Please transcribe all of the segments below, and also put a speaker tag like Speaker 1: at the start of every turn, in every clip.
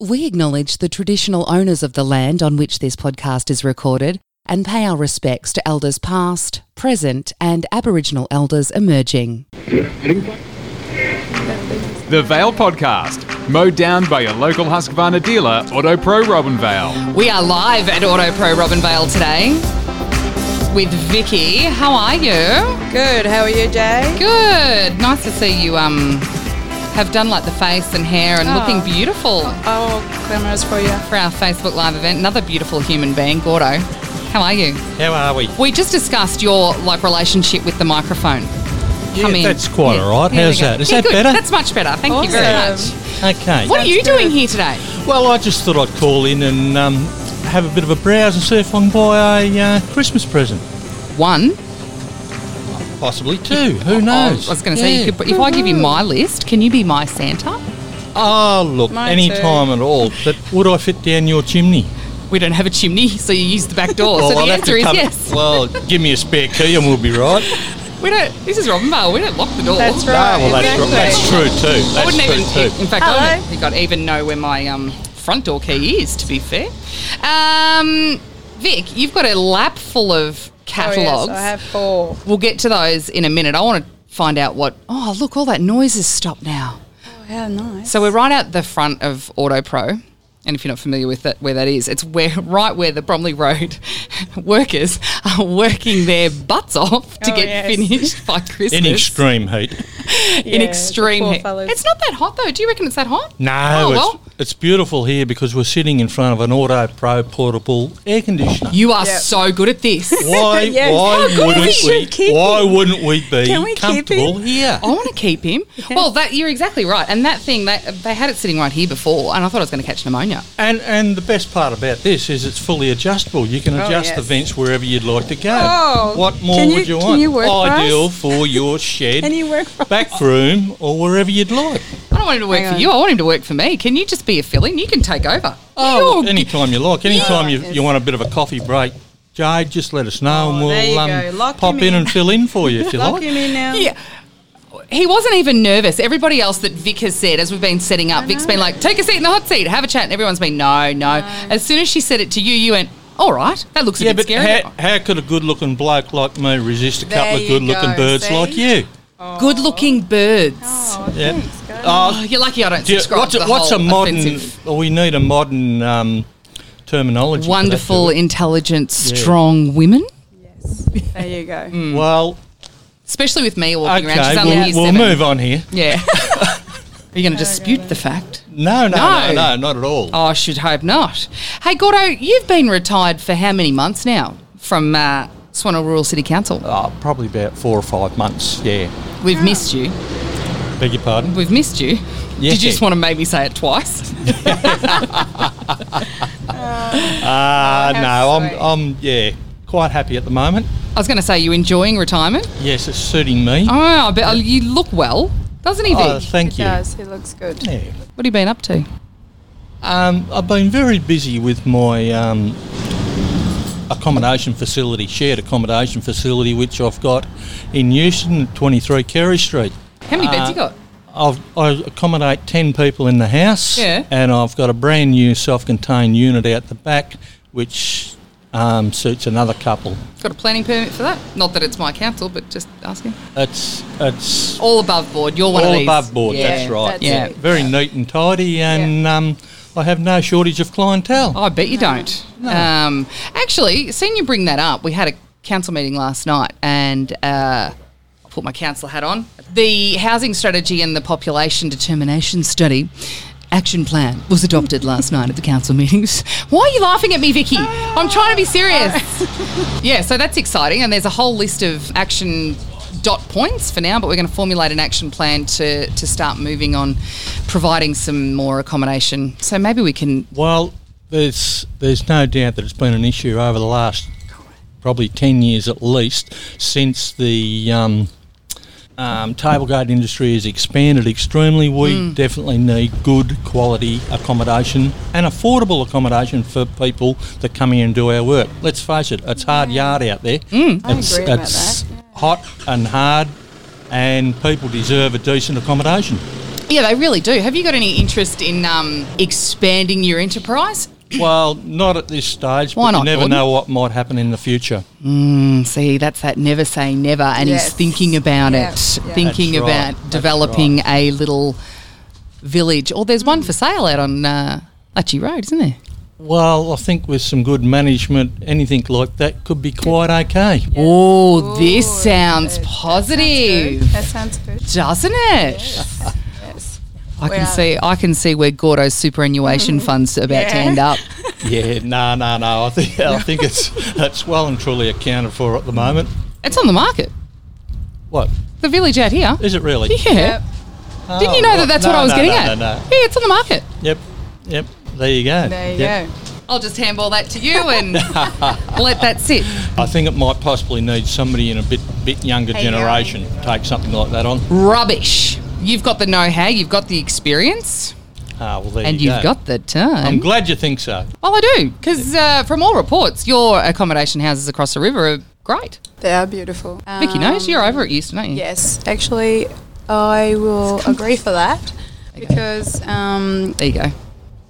Speaker 1: We acknowledge the traditional owners of the land on which this podcast is recorded and pay our respects to elders past, present, and Aboriginal elders emerging.
Speaker 2: The Vale Podcast, mowed down by your local Husqvarna dealer, Auto Pro Robin Vale.
Speaker 3: We are live at Auto Pro Robinvale today with Vicky. How are you?
Speaker 4: Good. How are you, Jay?
Speaker 3: Good. Nice to see you. Um, have done like the face and hair and
Speaker 4: Oh.
Speaker 3: looking beautiful
Speaker 4: Oh, glamorous for you.
Speaker 3: for our Facebook Live event. Another beautiful human being, Gordo. How are you?
Speaker 5: How are we?
Speaker 3: We just discussed your like relationship with the microphone. Come in.
Speaker 5: that's quite all right.
Speaker 3: there
Speaker 5: How's
Speaker 3: we go.
Speaker 5: that? Is
Speaker 3: Yeah,
Speaker 5: that
Speaker 3: good.
Speaker 5: better?
Speaker 3: That's much better. Thank you very
Speaker 4: Awesome.
Speaker 3: much.
Speaker 5: Okay.
Speaker 3: What are you doing here today?
Speaker 5: Well, I just thought I'd call in and um, have a bit of a browse and see if I can buy a uh, Christmas present.
Speaker 3: One. Oh,
Speaker 5: Possibly two. Who
Speaker 3: I
Speaker 5: knows?
Speaker 3: was going to say,
Speaker 5: Yeah.
Speaker 3: you could, if I give you my list, can you be my Santa?
Speaker 5: Oh, look,
Speaker 4: Mine
Speaker 5: any
Speaker 4: too.
Speaker 5: time at all. But would I fit down your chimney?
Speaker 3: We don't have a chimney, so you use the back door. so
Speaker 5: I'll
Speaker 3: the
Speaker 5: have to
Speaker 3: answer is
Speaker 5: come-
Speaker 3: yes.
Speaker 5: Well, give me a spare key and we'll be right.
Speaker 3: We don't. This is Robin Vale. We don't lock the door.
Speaker 4: That's
Speaker 5: Ah,
Speaker 4: right.
Speaker 5: well, that's,
Speaker 4: exactly.
Speaker 5: that's true too. That's
Speaker 3: I wouldn't
Speaker 5: true
Speaker 3: even.
Speaker 5: too.
Speaker 3: In fact, I
Speaker 4: Hello.
Speaker 3: wouldn't think I'd even know where my um, front door key is. To be fair, um, Vic, you've got a lap full of
Speaker 4: Oh, yes,
Speaker 3: catalogues.
Speaker 4: I have four.
Speaker 3: We'll get to those in a minute. I want to find out what. Oh, look! All that noise has stopped now.
Speaker 4: Oh, how nice.
Speaker 3: So we're right out the front of Auto Pro. And if you're not familiar with that, where that is, it's where right where the Bromley Road workers are working their butts off to
Speaker 4: Oh,
Speaker 3: get
Speaker 4: yes.
Speaker 3: finished by Christmas
Speaker 5: In extreme heat.
Speaker 3: in
Speaker 4: Yeah,
Speaker 3: extreme
Speaker 4: the poor
Speaker 3: heat.
Speaker 4: fellas.
Speaker 3: It's not that hot though. Do you reckon it's that hot?
Speaker 5: No,
Speaker 3: Oh well,
Speaker 5: it's, it's beautiful here because we're sitting in front of an Auto Pro portable air conditioner.
Speaker 3: you are
Speaker 4: Yep.
Speaker 3: so good at this.
Speaker 5: Why,
Speaker 4: Yes.
Speaker 5: why,
Speaker 4: Of course we
Speaker 5: wouldn't
Speaker 4: should
Speaker 5: we,
Speaker 4: keep
Speaker 5: why
Speaker 4: him.
Speaker 5: wouldn't we be
Speaker 4: Can we keep
Speaker 5: comfortable
Speaker 4: him?
Speaker 5: here?
Speaker 3: I want to keep him. Well, that you're exactly right. And that thing, they, they had it sitting right here before, and I thought I was going to catch pneumonia.
Speaker 5: And and the best part about this is it's fully adjustable. You can adjust the
Speaker 4: Oh, yes.
Speaker 5: vents wherever you'd like to go.
Speaker 4: Oh,
Speaker 5: what more
Speaker 4: can you-
Speaker 5: would you
Speaker 4: can
Speaker 5: want?
Speaker 4: you work for
Speaker 5: Ideal
Speaker 4: us?
Speaker 5: for your shed,
Speaker 4: Can you work for
Speaker 5: back room, or wherever you'd like.
Speaker 3: I don't want him to work
Speaker 4: Hang
Speaker 3: for
Speaker 4: on.
Speaker 3: you. I want him to work for me. Can you just be a fill-in? You can take over.
Speaker 5: Oh,
Speaker 3: You're-
Speaker 5: anytime you like. Anytime you,
Speaker 4: Yes.
Speaker 5: you want a bit of a coffee break, Jade, just let us know, and
Speaker 4: Oh, there
Speaker 5: we'll
Speaker 4: you
Speaker 5: um,
Speaker 4: go. Lock
Speaker 5: pop
Speaker 4: him
Speaker 5: in
Speaker 4: in.
Speaker 5: and fill in for you if you
Speaker 4: Lock
Speaker 5: like.
Speaker 4: him in now.
Speaker 3: Yeah. He wasn't even nervous. Everybody else that Vic has said, as we've been setting up, Vic's been like, take a seat in the hot seat, have a chat. And everyone's been, no, no. As soon as she said it to you, you went, all right, that looks a
Speaker 5: Yeah,
Speaker 3: bit
Speaker 5: but
Speaker 3: scary.
Speaker 5: how, how could a good-looking bloke like me resist a couple of
Speaker 4: you
Speaker 5: good-looking
Speaker 4: go,
Speaker 5: birds
Speaker 4: see?
Speaker 5: like you?
Speaker 3: Good looking birds.
Speaker 4: Oh,
Speaker 5: Yeah.
Speaker 4: thanks, guys.
Speaker 3: Oh, you're lucky I don't
Speaker 5: Do you-
Speaker 3: subscribe
Speaker 5: what's,
Speaker 3: to
Speaker 5: a,
Speaker 3: the
Speaker 5: what's a
Speaker 3: whole
Speaker 5: modern?
Speaker 3: offensive,
Speaker 5: Well, we need a modern um, terminology. for that,
Speaker 3: wonderful,
Speaker 5: do
Speaker 3: intelligent, strong women. Hmm.
Speaker 4: yes. There you go.
Speaker 5: we? Hmm. well,
Speaker 3: Especially with me walking around. She's
Speaker 5: okay,
Speaker 3: only
Speaker 5: we'll,
Speaker 3: year
Speaker 5: we'll
Speaker 3: seven.
Speaker 5: move on here.
Speaker 3: Yeah. Are you going to dispute the fact?
Speaker 5: No, no,
Speaker 3: No.
Speaker 5: no, no, not at all.
Speaker 3: Oh, I should hope not. Hey, Gordo, you've been retired for how many months now from uh, Swanwell Rural City Council?
Speaker 5: Oh, probably about four or five months. Yeah.
Speaker 3: We've missed you.
Speaker 5: Beg your pardon.
Speaker 3: We've missed you.
Speaker 5: Yeah.
Speaker 3: Did you just want to make me say it twice?
Speaker 5: Uh,
Speaker 4: how
Speaker 5: no,
Speaker 4: sweet.
Speaker 5: I'm, I'm, yeah, quite happy at the moment.
Speaker 3: I was going to say you enjoying retirement.
Speaker 5: Yes, it's suiting me.
Speaker 3: Oh, I bet you look well, doesn't he, Vic?
Speaker 5: Oh, thank
Speaker 4: It
Speaker 5: you.
Speaker 4: does. He looks good.
Speaker 5: Yeah.
Speaker 3: what have you been up to?
Speaker 5: Um, I've been very busy with my um, accommodation facility, shared accommodation facility, which I've got in Euston, at 23 Carey Street.
Speaker 3: How many
Speaker 5: Uh,
Speaker 3: beds you got?
Speaker 5: I've, I accommodate 10 people in the house,
Speaker 3: Yeah.
Speaker 5: and I've got a brand new self contained unit out the back, which um, suits another couple.
Speaker 3: Got a planning permit for that? Not that it's my council, but just asking.
Speaker 5: It's, it's
Speaker 3: All above board. You're one of
Speaker 5: all
Speaker 3: these.
Speaker 5: above board,
Speaker 3: Yeah.
Speaker 5: that's right.
Speaker 4: that's
Speaker 3: Yeah. it.
Speaker 5: Very neat and tidy, and um, I have no shortage of clientele.
Speaker 3: Oh, I bet you don't. Um, actually, seeing you bring that up, we had a council meeting last night, and uh, I'll put my council hat on. The housing strategy and the population determination study. Action plan was adopted last night at the council meetings. Why are you laughing at me, Vicky? I'm trying to be serious. yeah, so that's exciting, and there's a whole list of action dot points for now, but we're going to formulate an action plan to to start moving on, providing some more accommodation. So maybe we can
Speaker 5: Well, there's there's no doubt that it's been an issue over the last probably ten years at least since the um, um, tablegate industry has expanded extremely. We
Speaker 4: Mm.
Speaker 5: definitely need good quality accommodation and affordable accommodation for people that come here and do our work. Let's face it, it's hard yard out there.
Speaker 4: Mm, I
Speaker 5: It's,
Speaker 4: agree about
Speaker 5: it's
Speaker 4: that,
Speaker 5: hot and hard, and people deserve a decent accommodation.
Speaker 3: Yeah, they really do. Have you got any interest in um, expanding your enterprise?
Speaker 5: Well, not at this stage,
Speaker 3: Why
Speaker 5: but
Speaker 3: not,
Speaker 5: you never
Speaker 3: Gordon?
Speaker 5: know what might happen in the future.
Speaker 3: Mm, See, that's that never say never, and
Speaker 4: Yes.
Speaker 3: he's thinking about
Speaker 4: Yeah,
Speaker 3: it,
Speaker 4: yeah.
Speaker 3: thinking
Speaker 5: That's right,
Speaker 3: about
Speaker 5: that's
Speaker 3: developing a little village. Or there's one for sale out on uh, Lutchie Road, isn't there?
Speaker 5: Well, I think with some good management, anything like that could be quite okay.
Speaker 3: Oh, this
Speaker 4: Ooh,
Speaker 3: sounds
Speaker 4: good.
Speaker 3: positive,
Speaker 4: That sounds good. That sounds
Speaker 3: doesn't it?
Speaker 4: good. Yes.
Speaker 3: I can
Speaker 4: Well-
Speaker 3: see, I can see where Gordo's superannuation fund's about to
Speaker 4: Yeah.
Speaker 3: end up.
Speaker 5: Yeah, no, no, no. I think I think it's it's well and truly accounted for at the moment.
Speaker 3: It's on the market.
Speaker 5: What
Speaker 3: The village out here.
Speaker 5: is it really?
Speaker 3: Yeah.
Speaker 4: Yep. Oh,
Speaker 3: Didn't you know that that's what I was getting at? Yeah, it's on the market.
Speaker 5: Yep, yep. There you go.
Speaker 4: Oh, There you
Speaker 5: Yep.
Speaker 4: go.
Speaker 3: I'll just handball that to you and let that sit.
Speaker 5: I think it might possibly need somebody in a bit bit younger generation to take something like that on.
Speaker 3: Rubbish. You've got the know-how, you've got the experience,
Speaker 5: Ah, well, there
Speaker 3: and
Speaker 5: you
Speaker 3: you've
Speaker 5: go.
Speaker 3: got the time.
Speaker 5: I'm glad you think so.
Speaker 3: well, I do, because uh, from all reports, your accommodation houses across the river are great.
Speaker 4: They are beautiful.
Speaker 3: Vicky knows
Speaker 4: Um,
Speaker 3: you're over at Euston, aren't you?
Speaker 4: Yes, actually, I will agree for that because um,
Speaker 3: There you go.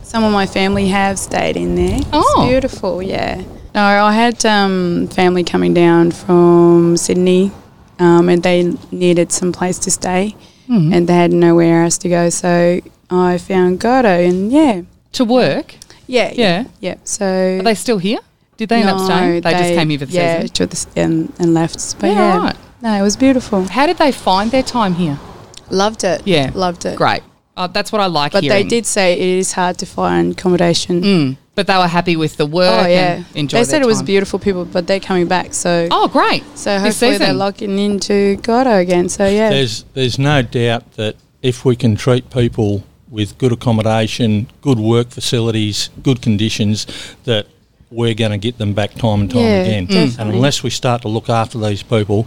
Speaker 4: some of my family have stayed in there.
Speaker 3: Oh.
Speaker 4: It's beautiful, yeah. No, I had um, family coming down from Sydney um, and they needed some place to stay
Speaker 3: Mm-hmm.
Speaker 4: and they had nowhere else to go, so I found Godo and yeah.
Speaker 3: To work.
Speaker 4: Yeah,
Speaker 3: Yeah.
Speaker 4: yeah, yeah. So
Speaker 3: Are they still here? Did they end up staying? They, just came here for the
Speaker 4: yeah,
Speaker 3: season.
Speaker 4: to the s- and, and left. But
Speaker 3: Yeah,
Speaker 4: yeah,
Speaker 3: right.
Speaker 4: no, it was beautiful.
Speaker 3: How did they find their time here?
Speaker 4: Loved it.
Speaker 3: Yeah.
Speaker 4: loved it.
Speaker 3: Great. Uh, that's what I like
Speaker 4: But
Speaker 3: hearing.
Speaker 4: they did say it is hard to find accommodation.
Speaker 3: Mm. But they were happy with the work
Speaker 4: Oh yeah,
Speaker 3: and enjoyed
Speaker 4: They said
Speaker 3: their
Speaker 4: it was
Speaker 3: time.
Speaker 4: beautiful people, but they're coming back. So
Speaker 3: Oh, great.
Speaker 4: so
Speaker 3: This
Speaker 4: hopefully they're
Speaker 3: season.
Speaker 4: locking into Gordo again. So yeah,
Speaker 5: There's there's no doubt that if we can treat people with good accommodation, good work facilities, good conditions, that we're going to get them back time and time
Speaker 4: Yeah,
Speaker 5: again. And
Speaker 4: definitely.
Speaker 5: unless we start to look after these people,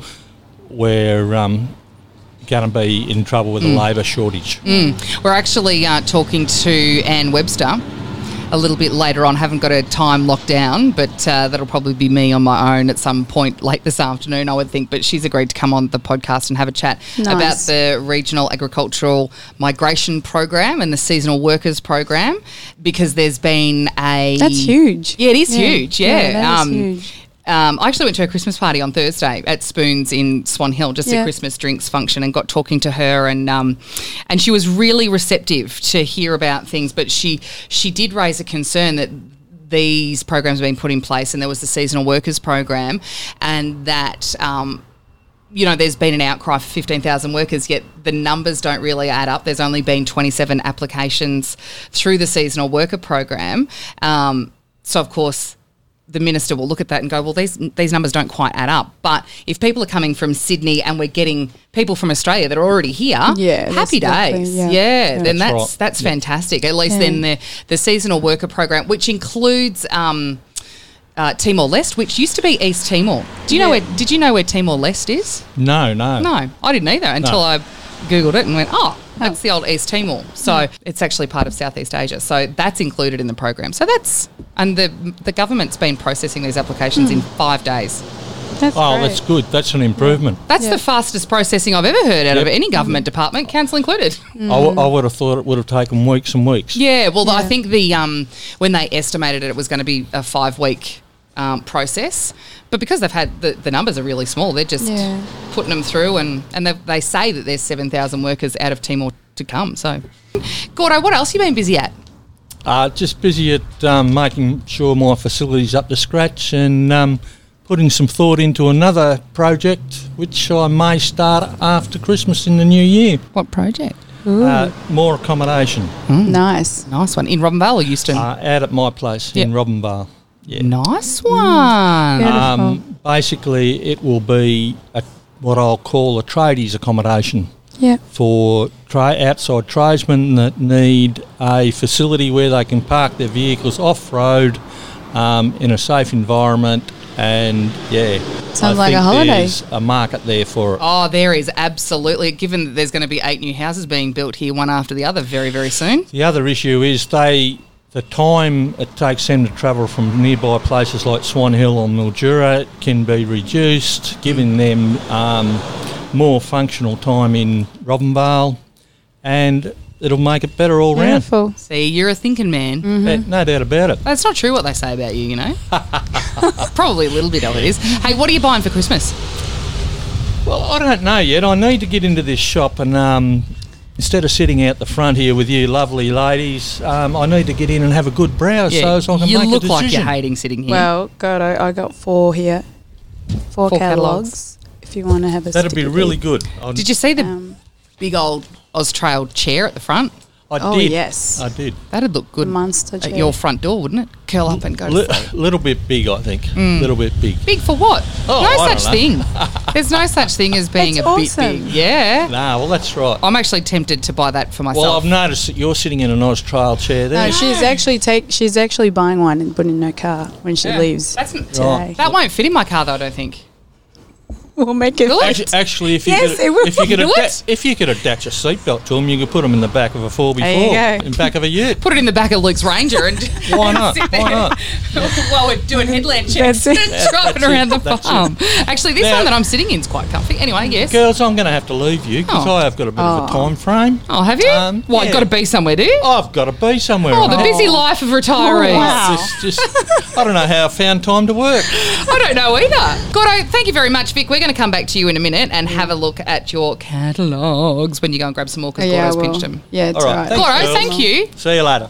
Speaker 5: we're um, going to be in trouble with
Speaker 4: Mm.
Speaker 5: a labour shortage.
Speaker 3: We're actually uh, talking to Anne Webster a little bit later on. Haven't got a time locked down, but uh, that'll probably be me on my own at some point late this afternoon, I would think. But she's agreed to come on the podcast and have a chat
Speaker 4: Nice.
Speaker 3: about the Regional Agricultural Migration Program and the Seasonal Workers Program because there's been a.
Speaker 4: that's huge.
Speaker 3: Yeah, it is huge. Yeah.
Speaker 4: that is
Speaker 3: um,
Speaker 4: huge.
Speaker 3: um, I actually went to her Christmas party on Thursday at Spoons in Swan Hill, just a
Speaker 4: Yeah.
Speaker 3: Christmas drinks function, and got talking to her, and um, and she was really receptive to hear about things. But she she did raise a concern that these programs have been put in place, and there was the seasonal workers program, and that um, you know, there's been an outcry for 15,000 workers, yet the numbers don't really add up. There's only been 27 applications through the seasonal worker program. Um, so, of course, the minister will look at that and go, well, these these numbers don't quite add up. But if people are coming from Sydney and we're getting people from Australia that are already here,
Speaker 4: Yeah,
Speaker 3: happy
Speaker 4: that's lovely,
Speaker 3: days. Yeah,
Speaker 4: yeah.
Speaker 3: then
Speaker 5: That's
Speaker 3: that's
Speaker 5: right.
Speaker 3: that's fantastic. At least then the the seasonal worker program, which includes. Um, uh, Timor Leste, which used to be East Timor. Do you know
Speaker 4: Yeah.
Speaker 3: where? Did you know where Timor Leste is?
Speaker 5: No, no.
Speaker 3: No, I didn't either
Speaker 5: No.
Speaker 3: until I googled it and went, oh, that's the old East Timor.
Speaker 4: Hmm.
Speaker 3: So it's actually part of Southeast Asia. So that's included in the program. So that's and the the government's been processing these applications in five days.
Speaker 4: Hmm. That's
Speaker 5: Oh,
Speaker 4: great.
Speaker 5: that's good. That's an improvement.
Speaker 3: That's
Speaker 4: Yeah.
Speaker 3: the fastest processing I've ever heard out of
Speaker 5: Yep. Mm-hmm.
Speaker 3: any government department, council included.
Speaker 5: I, w- I would have thought it would have taken weeks and weeks.
Speaker 3: Yeah, well, I
Speaker 4: Yeah.
Speaker 3: think the um, when they estimated it, it was going to be a five week um, process, but because they've had the, the numbers are really small, they're just
Speaker 4: Yeah.
Speaker 3: putting them through, and and they, they say that there's seven thousand workers out of Timor to come. So, Gordo, what else you been busy at?
Speaker 5: Uh, just busy at um, making sure my facility's up to scratch and um, putting some thought into another project which I may start after Christmas in the new year.
Speaker 3: What project? Mm.
Speaker 5: Uh, more accommodation
Speaker 4: nice.
Speaker 3: Nice one in Robinvale or Euston.
Speaker 5: uh, out at my place in
Speaker 3: Yep.
Speaker 5: Robinvale. Yeah.
Speaker 3: nice
Speaker 4: Mm.
Speaker 3: one.
Speaker 5: Um, basically, it will be a, what I'll call a tradies accommodation.
Speaker 4: Yeah.
Speaker 5: for tra- outside tradesmen that need a facility where they can park their vehicles off road um, in a safe environment. And yeah, I
Speaker 4: Sounds like
Speaker 5: think
Speaker 4: a holiday.
Speaker 5: There's a market there for it.
Speaker 3: Oh, there is absolutely. Given that there's going to be eight new houses being built here, one after the other, very, very soon.
Speaker 5: The other issue is they the time it takes them to travel from nearby places like Swan Hill or Mildura can be reduced, giving them um, more functional time in Robinvale. and it'll make it better all round.
Speaker 4: Beautiful. Mm-hmm.
Speaker 3: See, you're a thinking man.
Speaker 5: Uh, No doubt about it.
Speaker 3: That's not true what they say about you, you know. Probably a little bit of it is. Hey, what are you buying for Christmas?
Speaker 5: Well, I don't know yet. I need to get into this shop and um, instead of sitting out the front here with you lovely ladies, um, I need to get in and have a good browse so as I can
Speaker 3: you
Speaker 5: make
Speaker 3: look
Speaker 5: a decision.
Speaker 3: like you're hating sitting here.
Speaker 4: Well, God, I, I got four here. Four,
Speaker 3: Four
Speaker 4: catalogues.
Speaker 3: catalogues.
Speaker 4: If you want to have a
Speaker 5: That'd be
Speaker 4: stick of
Speaker 5: really
Speaker 4: it.
Speaker 5: good. I,
Speaker 3: Did you see the
Speaker 4: Um,
Speaker 3: big old Oz Trail chair at the front?
Speaker 5: I
Speaker 4: Oh,
Speaker 5: did.
Speaker 4: yes.
Speaker 5: I did.
Speaker 3: That'd look good
Speaker 4: monster
Speaker 3: at
Speaker 4: chair.
Speaker 3: your front door, wouldn't it? Curl up and go.
Speaker 5: A
Speaker 3: to sleep.
Speaker 5: little bit big, I think. A
Speaker 3: Mm.
Speaker 5: little bit big.
Speaker 3: Big for what?
Speaker 5: Oh,
Speaker 3: no
Speaker 5: I don't
Speaker 3: such
Speaker 5: know.
Speaker 3: thing. There's no such thing as being
Speaker 4: That's
Speaker 3: a bit
Speaker 4: awesome.
Speaker 3: big. Yeah.
Speaker 5: Nah, well, that's right.
Speaker 3: I'm actually tempted to buy that for
Speaker 5: well,
Speaker 3: myself.
Speaker 5: I've noticed that you're sitting in a nice trial chair there.
Speaker 4: No, she's actually take. She's actually buying one and putting in her car when she
Speaker 3: Yeah.
Speaker 4: leaves.
Speaker 3: That's n-
Speaker 4: today.
Speaker 3: that won't fit in my car though. I don't think.
Speaker 4: We'll make it.
Speaker 3: Really?
Speaker 5: Actu- Actually, if you
Speaker 4: Yes,
Speaker 5: could,
Speaker 4: it would.
Speaker 5: if you could,
Speaker 3: Do
Speaker 5: adda-
Speaker 3: it.
Speaker 5: if you could attach a seatbelt to them, you could put them in the back of a four before,
Speaker 4: There you go.
Speaker 5: in back of a ute.
Speaker 3: Put it in the back of Luke's Ranger and
Speaker 5: Why not?
Speaker 3: sit
Speaker 5: Why
Speaker 3: there
Speaker 5: not?
Speaker 3: while we're doing headland checks
Speaker 4: That's it.
Speaker 3: and driving
Speaker 5: That's it.
Speaker 3: around the
Speaker 5: That's it.
Speaker 3: farm. Actually, this
Speaker 5: Now-
Speaker 3: one that I'm sitting in is quite comfy. Anyway, yes.
Speaker 5: Girls, I'm going to have to leave you because
Speaker 3: Oh.
Speaker 5: I have got a bit of a
Speaker 4: Oh.
Speaker 5: time frame.
Speaker 3: Oh, have you?
Speaker 5: Um,
Speaker 3: well,
Speaker 5: yeah.
Speaker 3: got to be somewhere, do you?
Speaker 5: I've got to be somewhere.
Speaker 3: Oh, the
Speaker 5: mate.
Speaker 3: busy life of retirees.
Speaker 5: Oh, It's Just, just, I don't know how I found time to work.
Speaker 3: I don't know either. Gordo, thank you very much, Vic. We're going to come back to you in a minute and have a look at your catalogues when you go and grab some more
Speaker 4: Oh,
Speaker 3: because
Speaker 4: yeah,
Speaker 3: Gordo's
Speaker 4: well,
Speaker 3: pinched them.
Speaker 4: yeah, it's
Speaker 5: All
Speaker 4: all
Speaker 5: right,
Speaker 4: right.
Speaker 5: thanks.
Speaker 3: Gordo,
Speaker 5: girls.
Speaker 3: thank you.
Speaker 5: See you later.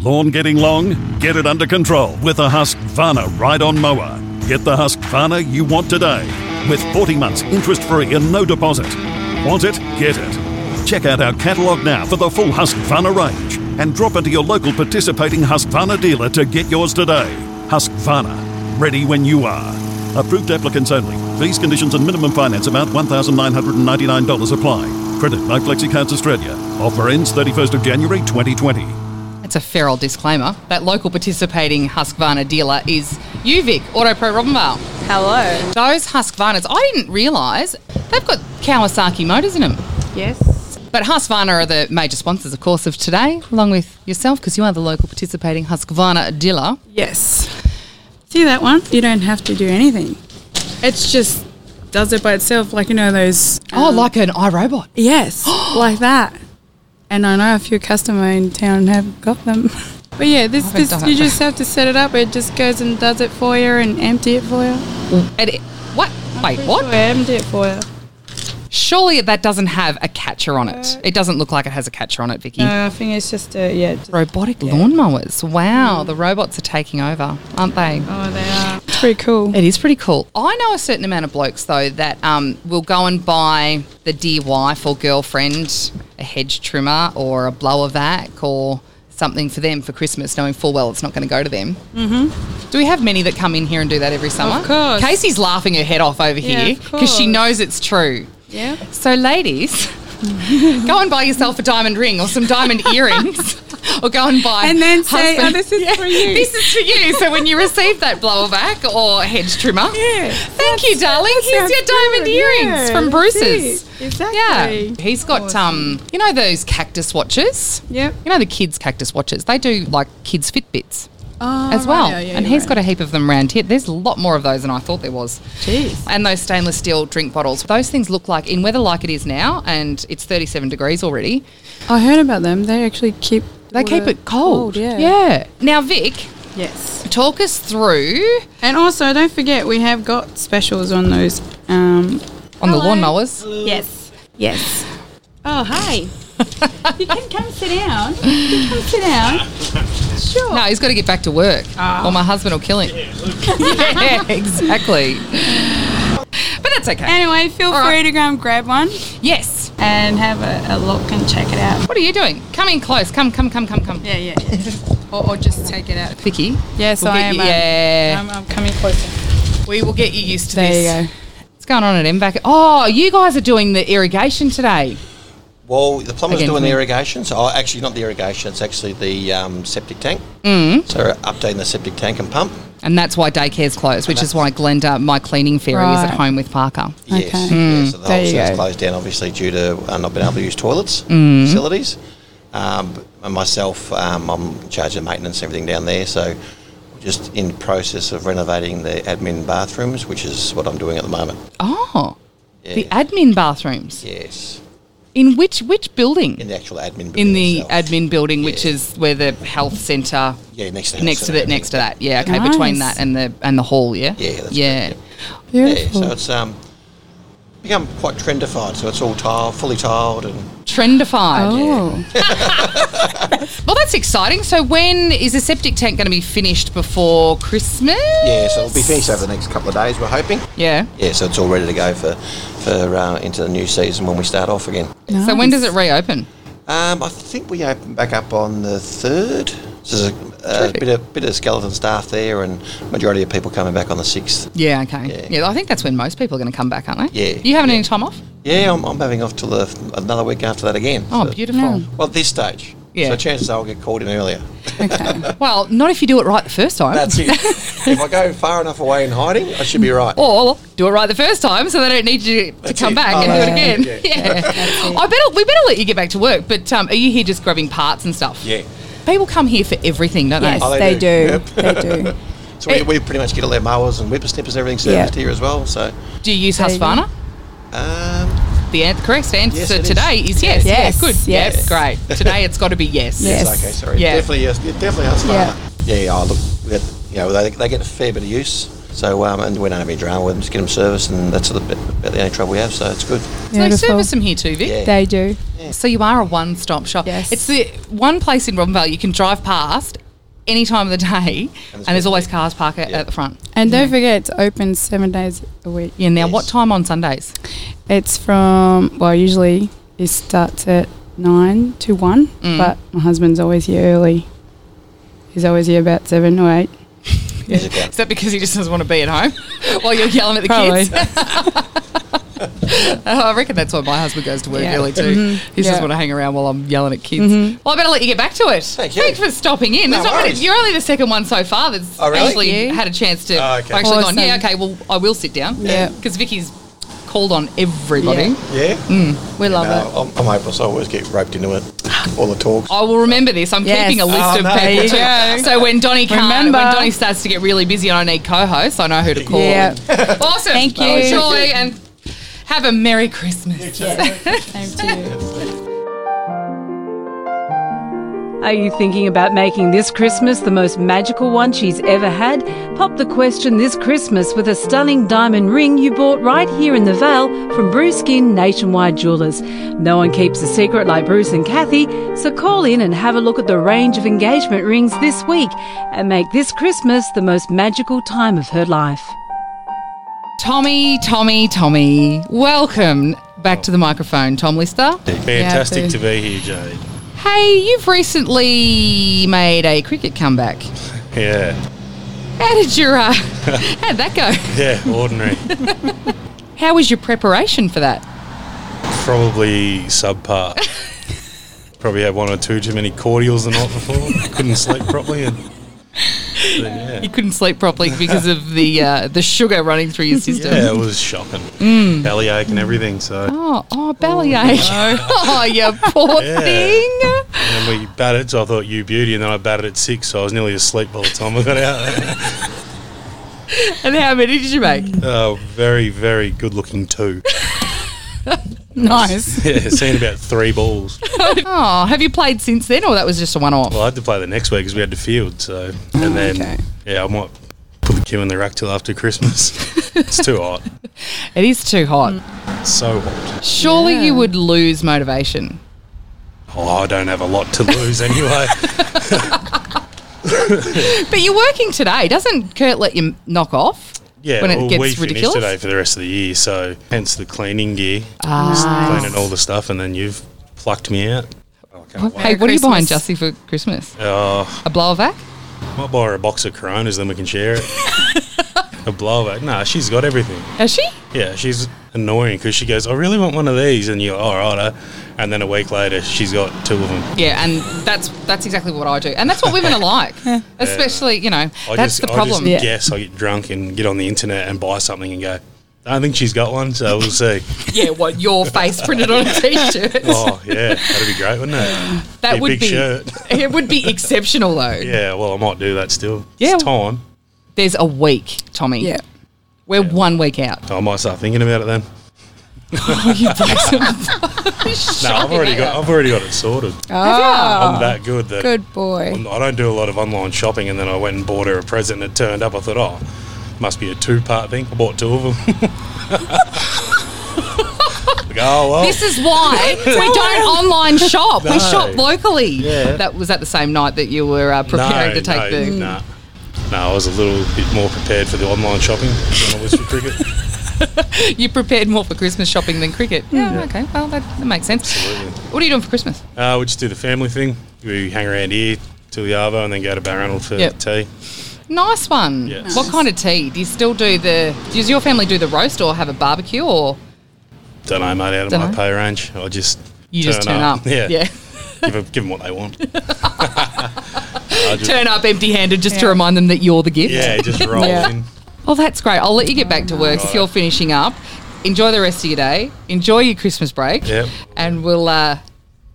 Speaker 6: Lawn getting long? Get it under control with a Husqvarna ride-on mower. Get the Husqvarna you want today with 40 months interest-free and no deposit. Want it? Get it. Check out our catalogue now for the full Husqvarna range and drop into your local participating Husqvarna dealer to get yours today. Husqvarna, ready when you are. Approved applicants only. Fees, conditions, and minimum finance amount $1,999 apply. Credit by FlexiCards Australia. Offer ends 31st of January 2020.
Speaker 3: That's a fair old disclaimer. That local participating Husqvarna dealer is you, Vic, Auto Pro Robinvale.
Speaker 4: Hello.
Speaker 3: Those Husqvarnas, I didn't realise they've got Kawasaki motors in them.
Speaker 4: Yes.
Speaker 3: But Husqvarna are the major sponsors, of course, of today, along with yourself, because you are the local participating Husqvarna dealer.
Speaker 4: Yes. See that one? You don't have to do anything. It's just does it by itself, like you know those. um,
Speaker 3: oh, like an iRobot.
Speaker 4: Yes, like that. And I know a few customer in town have got them. But yeah, this,
Speaker 3: haven't
Speaker 4: this
Speaker 3: done
Speaker 4: you
Speaker 3: it.
Speaker 4: just have to set it up. It just goes and does it for you and empty it for you.
Speaker 3: And it, what? Wait,
Speaker 4: Pretty
Speaker 3: what?
Speaker 4: Sure, empty it for you.
Speaker 3: Surely that doesn't have a catcher on it. It doesn't look like it has a catcher on it, Vicky.
Speaker 4: Uh, No, I think it's just a yeah. Just,
Speaker 3: Robotic lawnmowers. Wow, the robots are taking over, aren't they?
Speaker 4: oh, they are. It's pretty cool.
Speaker 3: It is pretty cool. I know a certain amount of blokes though that um, will go and buy the dear wife or girlfriend a hedge trimmer or a blower vac or something for them for Christmas, knowing full well it's not going to go to them. Mm-hmm. Do we have many that come in here and do that every summer?
Speaker 4: course.
Speaker 3: Casey's laughing her head off over
Speaker 4: Yeah,
Speaker 3: here
Speaker 4: of
Speaker 3: because she
Speaker 4: course.
Speaker 3: knows it's true.
Speaker 4: Yeah.
Speaker 3: So, ladies, go and buy yourself a diamond ring or some diamond earrings, or go and buy
Speaker 4: And then say, "Oh, this is for you."
Speaker 3: This is for you. So when you receive that blower back or hedge trimmer,
Speaker 4: Yeah.
Speaker 3: thank you, darling. Here's
Speaker 4: sounds
Speaker 3: your diamond
Speaker 4: good.
Speaker 3: earrings
Speaker 4: Yeah,
Speaker 3: from
Speaker 4: that's
Speaker 3: Bruce's.
Speaker 4: it. Exactly.
Speaker 3: Yeah, he's got um, you know those cactus watches.
Speaker 4: Yep.
Speaker 3: You know the kids' cactus watches. They do like kids' Fitbits
Speaker 4: Oh,
Speaker 3: as well.
Speaker 4: right, yeah, yeah,
Speaker 3: and
Speaker 4: you're
Speaker 3: he's
Speaker 4: right.
Speaker 3: got a heap of them around here. There's a lot more of those than I thought there was. Jeez. And those stainless steel drink bottles. Those things look like, in weather like it is now, and it's 37 degrees already,
Speaker 4: I heard about them. They actually keep.
Speaker 3: they
Speaker 4: water
Speaker 3: keep it cold.
Speaker 4: Yeah.
Speaker 3: Yeah. Now, Vic,
Speaker 4: Yes.
Speaker 3: talk us through
Speaker 4: And also, don't forget we have got specials on those. Um,
Speaker 3: on the
Speaker 4: Hello.
Speaker 3: lawnmowers.
Speaker 4: Yes. Yes. Oh, hi. you can come sit down. You can come sit down. Sure.
Speaker 3: No, he's got to get back to work,
Speaker 4: Ah.
Speaker 3: or my husband will kill him. Yeah, exactly. But that's okay.
Speaker 4: Anyway, feel
Speaker 3: All
Speaker 4: free
Speaker 3: right.
Speaker 4: to go and grab one
Speaker 3: Yes.
Speaker 4: and have a, a look and check it out.
Speaker 3: What are you doing? Come in close. Come, come, come, come, come.
Speaker 4: Yeah, yeah. or, or just take it out.
Speaker 3: Vicky.
Speaker 4: Yes,
Speaker 3: we'll
Speaker 4: I
Speaker 3: get
Speaker 4: am.
Speaker 3: you-
Speaker 4: um,
Speaker 3: yeah.
Speaker 4: I'm, I'm coming closer.
Speaker 3: we will get you used to
Speaker 4: There
Speaker 3: this.
Speaker 4: you go.
Speaker 3: What's going on at MVAC? Oh, you guys are doing the irrigation today.
Speaker 7: Well, the plumber's
Speaker 3: Again,
Speaker 7: doing the
Speaker 3: yeah.
Speaker 7: irrigation. So, oh, actually, not the irrigation. It's actually the um, septic tank. Mm. So, we're updating the septic tank and pump.
Speaker 3: And that's why daycare's closed, which is why Glenda, my cleaning fairy, is at
Speaker 4: Right.
Speaker 3: home with Parker.
Speaker 7: Yes.
Speaker 4: Okay. Mm,
Speaker 7: Yeah, so the
Speaker 4: There
Speaker 7: whole
Speaker 4: you
Speaker 7: thing's
Speaker 4: go.
Speaker 7: closed down, obviously, due to uh, not being able to use toilets, facilities. Um, and myself, um, I'm in charge of maintenance and everything down there. So, we're just in process of renovating the admin bathrooms, which is what I'm doing at the moment.
Speaker 3: Oh, the
Speaker 7: Yeah.
Speaker 3: admin bathrooms.
Speaker 7: Yes.
Speaker 3: In which which building?
Speaker 7: in the actual admin building
Speaker 3: In the
Speaker 7: itself.
Speaker 3: admin building, which is where the health centre.
Speaker 7: Yeah, next to the
Speaker 3: next
Speaker 7: house
Speaker 3: to that,
Speaker 7: and
Speaker 3: next to that. Yeah, okay,
Speaker 4: Nice.
Speaker 3: between that and the and the hall. Yeah.
Speaker 7: Yeah, that's
Speaker 3: yeah.
Speaker 7: correct, Yeah,
Speaker 4: Beautiful.
Speaker 7: so it's um, become quite trendified. So it's all tiled, fully tiled, and
Speaker 3: Trendified.
Speaker 4: oh,
Speaker 3: Well, that's exciting. So, when is the septic tank going to be finished before Christmas?
Speaker 7: yeah, so it'll be finished over the next couple of days. We're hoping.
Speaker 3: Yeah.
Speaker 7: Yeah, so it's all ready to go for for uh, into the new season when we start off again.
Speaker 3: So, when does it reopen?
Speaker 7: Um, I think we open back up on the third. So there's a, a bit of bit of skeleton staff there, and majority of people coming back on the sixth.
Speaker 3: Yeah, okay. Yeah.
Speaker 7: Yeah.
Speaker 3: I think that's when most people are going to come back, aren't they?
Speaker 7: Yeah,
Speaker 3: You having
Speaker 7: yeah.
Speaker 3: any time off?
Speaker 7: Yeah, I'm, I'm having off till the, another week after that again.
Speaker 3: Oh,
Speaker 7: So-
Speaker 3: beautiful.
Speaker 7: Well, at this stage.
Speaker 3: Yeah.
Speaker 7: So chances are I'll get called in earlier.
Speaker 4: okay.
Speaker 3: Well, not if you do it right the first time.
Speaker 7: That's it. if I go far enough away in hiding, I should be right.
Speaker 3: Or do it right the first time, so they don't need you to
Speaker 7: That's
Speaker 3: come
Speaker 7: it.
Speaker 3: back
Speaker 7: Oh,
Speaker 3: and do it
Speaker 7: that's
Speaker 3: again. Yeah, I better we better let you get back to work. But um, are you here just grabbing parts and stuff?
Speaker 7: Yeah.
Speaker 3: People come here for everything, don't
Speaker 4: Yes,
Speaker 3: they?
Speaker 7: Oh, they
Speaker 4: they,
Speaker 7: do.
Speaker 4: do. They do.
Speaker 7: So we, we pretty much get all their mowers and whippersnippers and everything
Speaker 4: Yeah.
Speaker 7: serviced here as well. So,
Speaker 3: Do you use
Speaker 4: do.
Speaker 3: Husqvarna?
Speaker 7: um,
Speaker 3: The an- correct answer
Speaker 7: Yes, it is.
Speaker 3: today is yes.
Speaker 4: Yes,
Speaker 3: Yeah, good.
Speaker 4: yes.
Speaker 3: Yep, great. Today it's got to be yes.
Speaker 4: Yes.
Speaker 7: it's okay, sorry.
Speaker 3: Yeah.
Speaker 7: Definitely, yes, yeah, definitely us yeah. Yeah, yeah, oh, look, we had, you know, they, they get a fair bit of use. So, um, and we don't have any drama with them, just get them serviced, and that's a little bit, about the only trouble we have, so it's good.
Speaker 3: So they
Speaker 4: Beautiful.
Speaker 3: service them here too, Vic.
Speaker 7: Yeah.
Speaker 4: They do.
Speaker 3: So you are a one-stop shop.
Speaker 4: Yes.
Speaker 3: It's the one place in Robinvale you can drive past any time of the day, and there's always cars parked at- at the front.
Speaker 4: And don't forget, it's open seven days a week.
Speaker 3: Yeah. Now, what
Speaker 7: Yes.
Speaker 3: time on Sundays?
Speaker 4: It's from well, usually it starts at nine to one,
Speaker 3: Mm.
Speaker 4: but my husband's always here early. He's always here about seven or eight.
Speaker 7: It's about-
Speaker 3: Is that because he just doesn't want to be at home while you're yelling at the
Speaker 4: Probably.
Speaker 3: kids? Oh, I reckon that's why my husband goes to work
Speaker 4: Yeah. Mm-hmm.
Speaker 3: early too. He just
Speaker 4: Yeah. Mm-hmm.
Speaker 3: want to hang around while I'm yelling at kids. Well, I better let you get back to it.
Speaker 7: Thank you.
Speaker 3: Thanks for stopping in.
Speaker 7: No
Speaker 3: There's not really-
Speaker 7: worries.
Speaker 3: you're only the second one so far that's
Speaker 7: Oh, really?
Speaker 3: actually
Speaker 4: Yeah.
Speaker 3: had a chance to
Speaker 7: Oh, okay.
Speaker 3: actually
Speaker 4: Awesome.
Speaker 3: gone. Yeah, okay. Well, I will sit down.
Speaker 4: Yeah.
Speaker 3: because Vicky's called on everybody.
Speaker 4: Yeah.
Speaker 7: Yeah?
Speaker 4: We love
Speaker 7: No, I'm, I'm hopeless. I always get roped into it, all the talks.
Speaker 3: I will remember this. I'm
Speaker 4: Yes.
Speaker 3: keeping a list
Speaker 7: Oh,
Speaker 3: of
Speaker 7: no.
Speaker 3: people too.
Speaker 4: There you go.
Speaker 3: So when Donnie can't,
Speaker 4: Remember.
Speaker 3: when Donnie starts to get really busy and I need co-hosts, I know who to call.
Speaker 4: Yeah.
Speaker 3: Awesome.
Speaker 4: Thank you.
Speaker 3: Surely, and have a Merry Christmas.
Speaker 4: Same to you.
Speaker 8: Are you thinking about making this Christmas the most magical one she's ever had? Pop the question this Christmas with a stunning diamond ring you bought right here in the Vale from Bruce Skin Nationwide Jewelers. No one keeps a secret like Bruce and Kathy, so call in and have a look at the range of engagement rings this week and make this Christmas the most magical time of her life.
Speaker 3: Tommy, Tommy, Tommy, welcome back to the microphone, Tom Lister.
Speaker 9: Fantastic
Speaker 4: Yeah,
Speaker 9: to be here, Jade.
Speaker 3: Hey, you've recently made a cricket comeback.
Speaker 9: Yeah,
Speaker 3: How did your uh, how'd that go?
Speaker 9: yeah, ordinary.
Speaker 3: How was your preparation for that?
Speaker 9: Probably subpar. Probably had one or two too many cordials the night before. Couldn't sleep properly. And, but yeah.
Speaker 3: You couldn't sleep properly because of the uh, the sugar running through your system.
Speaker 9: yeah, it was shocking. Bellyache and everything. So
Speaker 3: Mm. Oh, oh, bellyache. oh, you poor
Speaker 9: Yeah.
Speaker 3: thing.
Speaker 9: and then we batted. So I thought you beauty, and then I batted at six. So I was nearly asleep by the time I got out.
Speaker 3: And how many did you make?
Speaker 9: Oh, very, very good looking two.
Speaker 4: Nice.
Speaker 9: Yeah, seen about three balls.
Speaker 3: oh, have you played since then, or that was just a one-off?
Speaker 9: Well, I had to play the next week because we had to field. So,
Speaker 3: Oh,
Speaker 9: and then
Speaker 4: okay.
Speaker 9: yeah, I might put the Kim in the rack till after Christmas. it's too hot.
Speaker 3: It is too hot.
Speaker 9: It's so hot.
Speaker 3: Surely you would lose motivation.
Speaker 9: Oh, I don't have a lot to lose anyway.
Speaker 3: But you're working today. Doesn't Kurt let you knock off?
Speaker 9: Yeah,
Speaker 3: When it
Speaker 9: well,
Speaker 3: gets
Speaker 9: we finish
Speaker 3: ridiculous?
Speaker 9: today for the rest of the year, so hence the cleaning gear,
Speaker 3: Ah,
Speaker 9: Just cleaning all the stuff, and then you've plucked me out. Oh, I can't wait.
Speaker 3: hey, what are you buying,
Speaker 4: Christmas.
Speaker 3: Jussie, for Christmas?
Speaker 9: Oh,
Speaker 3: A blower vac?
Speaker 9: might buy her a box of Coronas, then we can share it. a blowback. Nah, she's got everything.
Speaker 3: Has she?
Speaker 9: Yeah, she's annoying because she goes, I really want one of these. And you're, all right. Uh, and then a week later, she's got two of them.
Speaker 3: Yeah, and that's that's exactly what I do, and that's what women are like. Especially, you know,
Speaker 9: I
Speaker 3: that's
Speaker 9: just,
Speaker 3: the
Speaker 9: I
Speaker 3: problem.
Speaker 9: just guess I get drunk and get on the internet and buy something and go, I don't think she's got one, so we'll see.
Speaker 3: yeah, what your face printed on a t-shirt.
Speaker 9: oh, yeah. That'd be great, wouldn't it?
Speaker 3: that
Speaker 9: Your
Speaker 3: would
Speaker 9: big
Speaker 3: be
Speaker 9: shirt.
Speaker 3: it would be exceptional though.
Speaker 9: Yeah, well, I might do that still.
Speaker 3: Yeah.
Speaker 9: It's time.
Speaker 3: There's a week, Tommy.
Speaker 4: Yeah.
Speaker 3: We're one week out.
Speaker 9: I might start thinking about it then. No, I've already got I've already got it sorted. I'm
Speaker 4: Oh,
Speaker 9: that good that
Speaker 4: good boy.
Speaker 9: I'm- I don't do a lot of online shopping, and then I went and bought her a present, and it turned up. I thought, oh, must be a two part thing. I bought two of them. Like, oh well,
Speaker 3: This is why we don't online shop. We
Speaker 9: No.
Speaker 3: shop locally.
Speaker 9: Yeah.
Speaker 3: That was at the same night that you were uh, preparing
Speaker 9: no,
Speaker 3: to take
Speaker 9: no,
Speaker 3: the.
Speaker 9: nah. No, I was a little bit more prepared for the online shopping than I was for cricket.
Speaker 3: You prepared more for Christmas shopping than cricket. Yeah, okay. Well, that, that makes sense. What are you doing for Christmas?
Speaker 9: Uh, we just do the family thing. We hang around here till the arvo, and then go to Baranold for
Speaker 3: Yep.
Speaker 9: tea.
Speaker 3: Nice one.
Speaker 9: Yeah.
Speaker 3: What kind of tea? Do you still do the. Does your family do the roast or have a barbecue or
Speaker 9: Don't know, mate. Out of
Speaker 3: Dunno.
Speaker 9: my pay range, I just
Speaker 3: you just turn up?
Speaker 9: Yeah,
Speaker 3: yeah.
Speaker 9: Give, them, give 'em what they want. I just-
Speaker 3: Turn up empty handed just to remind them that you're the gift.
Speaker 9: Yeah, just roll
Speaker 4: Yeah.
Speaker 9: in.
Speaker 3: Well, that's great. I'll let you get back to work if you're finishing up. Enjoy the rest of your day. Enjoy your Christmas break.
Speaker 9: Yep.
Speaker 3: And we'll uh,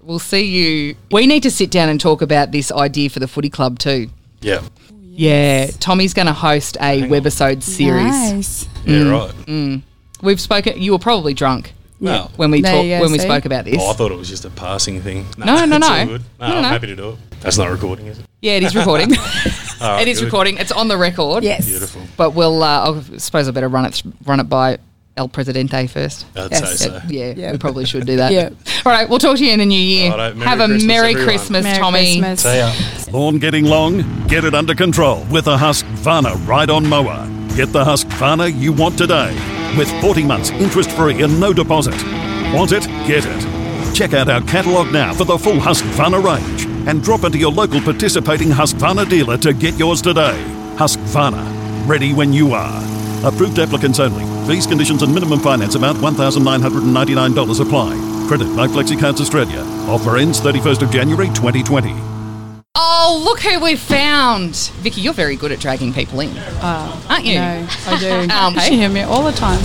Speaker 3: we'll see you. We need to sit down and talk about this idea for the footy club too.
Speaker 9: Yeah.
Speaker 3: Yeah, Tommy's going to host a webisode series. Mm.
Speaker 4: Nice.
Speaker 9: Yeah, right.
Speaker 3: We've spoken. You were probably drunk
Speaker 9: Well,
Speaker 3: when we
Speaker 4: There
Speaker 3: talked
Speaker 4: you go,
Speaker 3: when we
Speaker 4: see?
Speaker 3: spoke about this.
Speaker 9: oh, I thought it was just a passing thing.
Speaker 3: No, no,
Speaker 9: it's
Speaker 3: no.
Speaker 9: all good. No,
Speaker 3: No,
Speaker 9: I'm
Speaker 3: no.
Speaker 9: happy to do it. That's not recording, is it?
Speaker 3: Yeah, it is recording.
Speaker 9: Alright,
Speaker 3: it is
Speaker 9: Ah, good.
Speaker 3: recording. It's on the record.
Speaker 4: Yes.
Speaker 9: Beautiful.
Speaker 3: But we'll. Uh, I suppose I better run it th- run it by El Presidente first.
Speaker 9: I'd
Speaker 4: Yes.
Speaker 9: say so.
Speaker 3: Yeah,
Speaker 4: Yeah.
Speaker 3: we probably should do that.
Speaker 4: Yeah.
Speaker 3: All right, we'll talk to you in the new year.
Speaker 9: All right, Merry
Speaker 3: Have a
Speaker 9: Christmas,
Speaker 3: Merry
Speaker 9: everyone.
Speaker 3: Christmas,
Speaker 4: Merry
Speaker 3: Tommy.
Speaker 4: Christmas.
Speaker 9: See ya.
Speaker 6: Lawn getting long? Get it under control with the Husqvarna Ride-On Mower. Get the Husqvarna you want today with 40 months interest-free and no deposit. Want it? Get it. Check out our catalogue now for the full Husqvarna range and drop into your local participating Husqvarna dealer to get yours today. Husqvarna, ready when you are. Approved applicants only. Fees, conditions and minimum finance amount $1,999 apply. Credit by FlexiCards Australia. Offer ends 31st of January 2020.
Speaker 3: Oh, look who we found. Vicky, you're very good at dragging people in, aren't you?
Speaker 4: Uh, No, I do.
Speaker 3: Um,
Speaker 4: you should hear me all the time.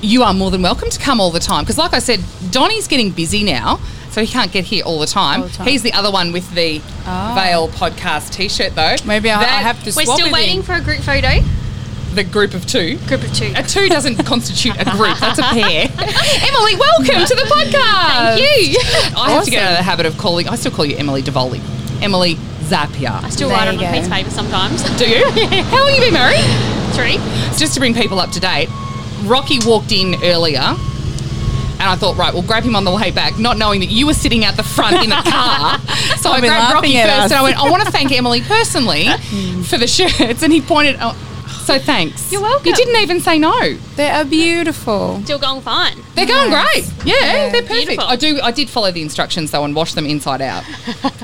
Speaker 3: You are more than welcome to come all the time. Because, like I said, Donnie's getting busy now, so he can't get here all the time.
Speaker 4: All the time. Ah.
Speaker 3: He's the other one with the Vale podcast t shirt, though.
Speaker 4: Maybe I- I
Speaker 3: That-
Speaker 4: have to
Speaker 10: We're
Speaker 4: swap
Speaker 10: still
Speaker 4: with
Speaker 10: waiting
Speaker 4: him.
Speaker 10: for a group photo.
Speaker 3: The group of two.
Speaker 10: Group of two.
Speaker 3: A two doesn't constitute a group, that's a pair. Emily, welcome to the podcast. Thank you. I have to get out of the habit of calling, I still call you Emily Davoli. Emily
Speaker 10: I
Speaker 3: Zapier.
Speaker 10: still
Speaker 4: There
Speaker 10: write on
Speaker 4: you
Speaker 10: a
Speaker 4: go.
Speaker 10: piece of paper sometimes.
Speaker 3: Do you? How long you been married?
Speaker 10: Three.
Speaker 3: Just to bring people up to date, Rocky walked in earlier. And I thought, right, we'll grab him on the way back, not knowing that you were sitting out the front in the car. So I
Speaker 4: I've been
Speaker 3: grabbed Rocky
Speaker 4: laughing
Speaker 3: first
Speaker 4: at us.
Speaker 3: and I went, I want to thank Emily personally for the shirts. And he pointed, oh, so thanks.
Speaker 10: You're welcome.
Speaker 3: You didn't even say no.
Speaker 4: They are beautiful.
Speaker 10: Still going fine.
Speaker 3: They're going great. Yeah,
Speaker 4: Yeah.
Speaker 3: they're perfect.
Speaker 10: Beautiful.
Speaker 3: I do. I did follow the instructions though and wash them inside out,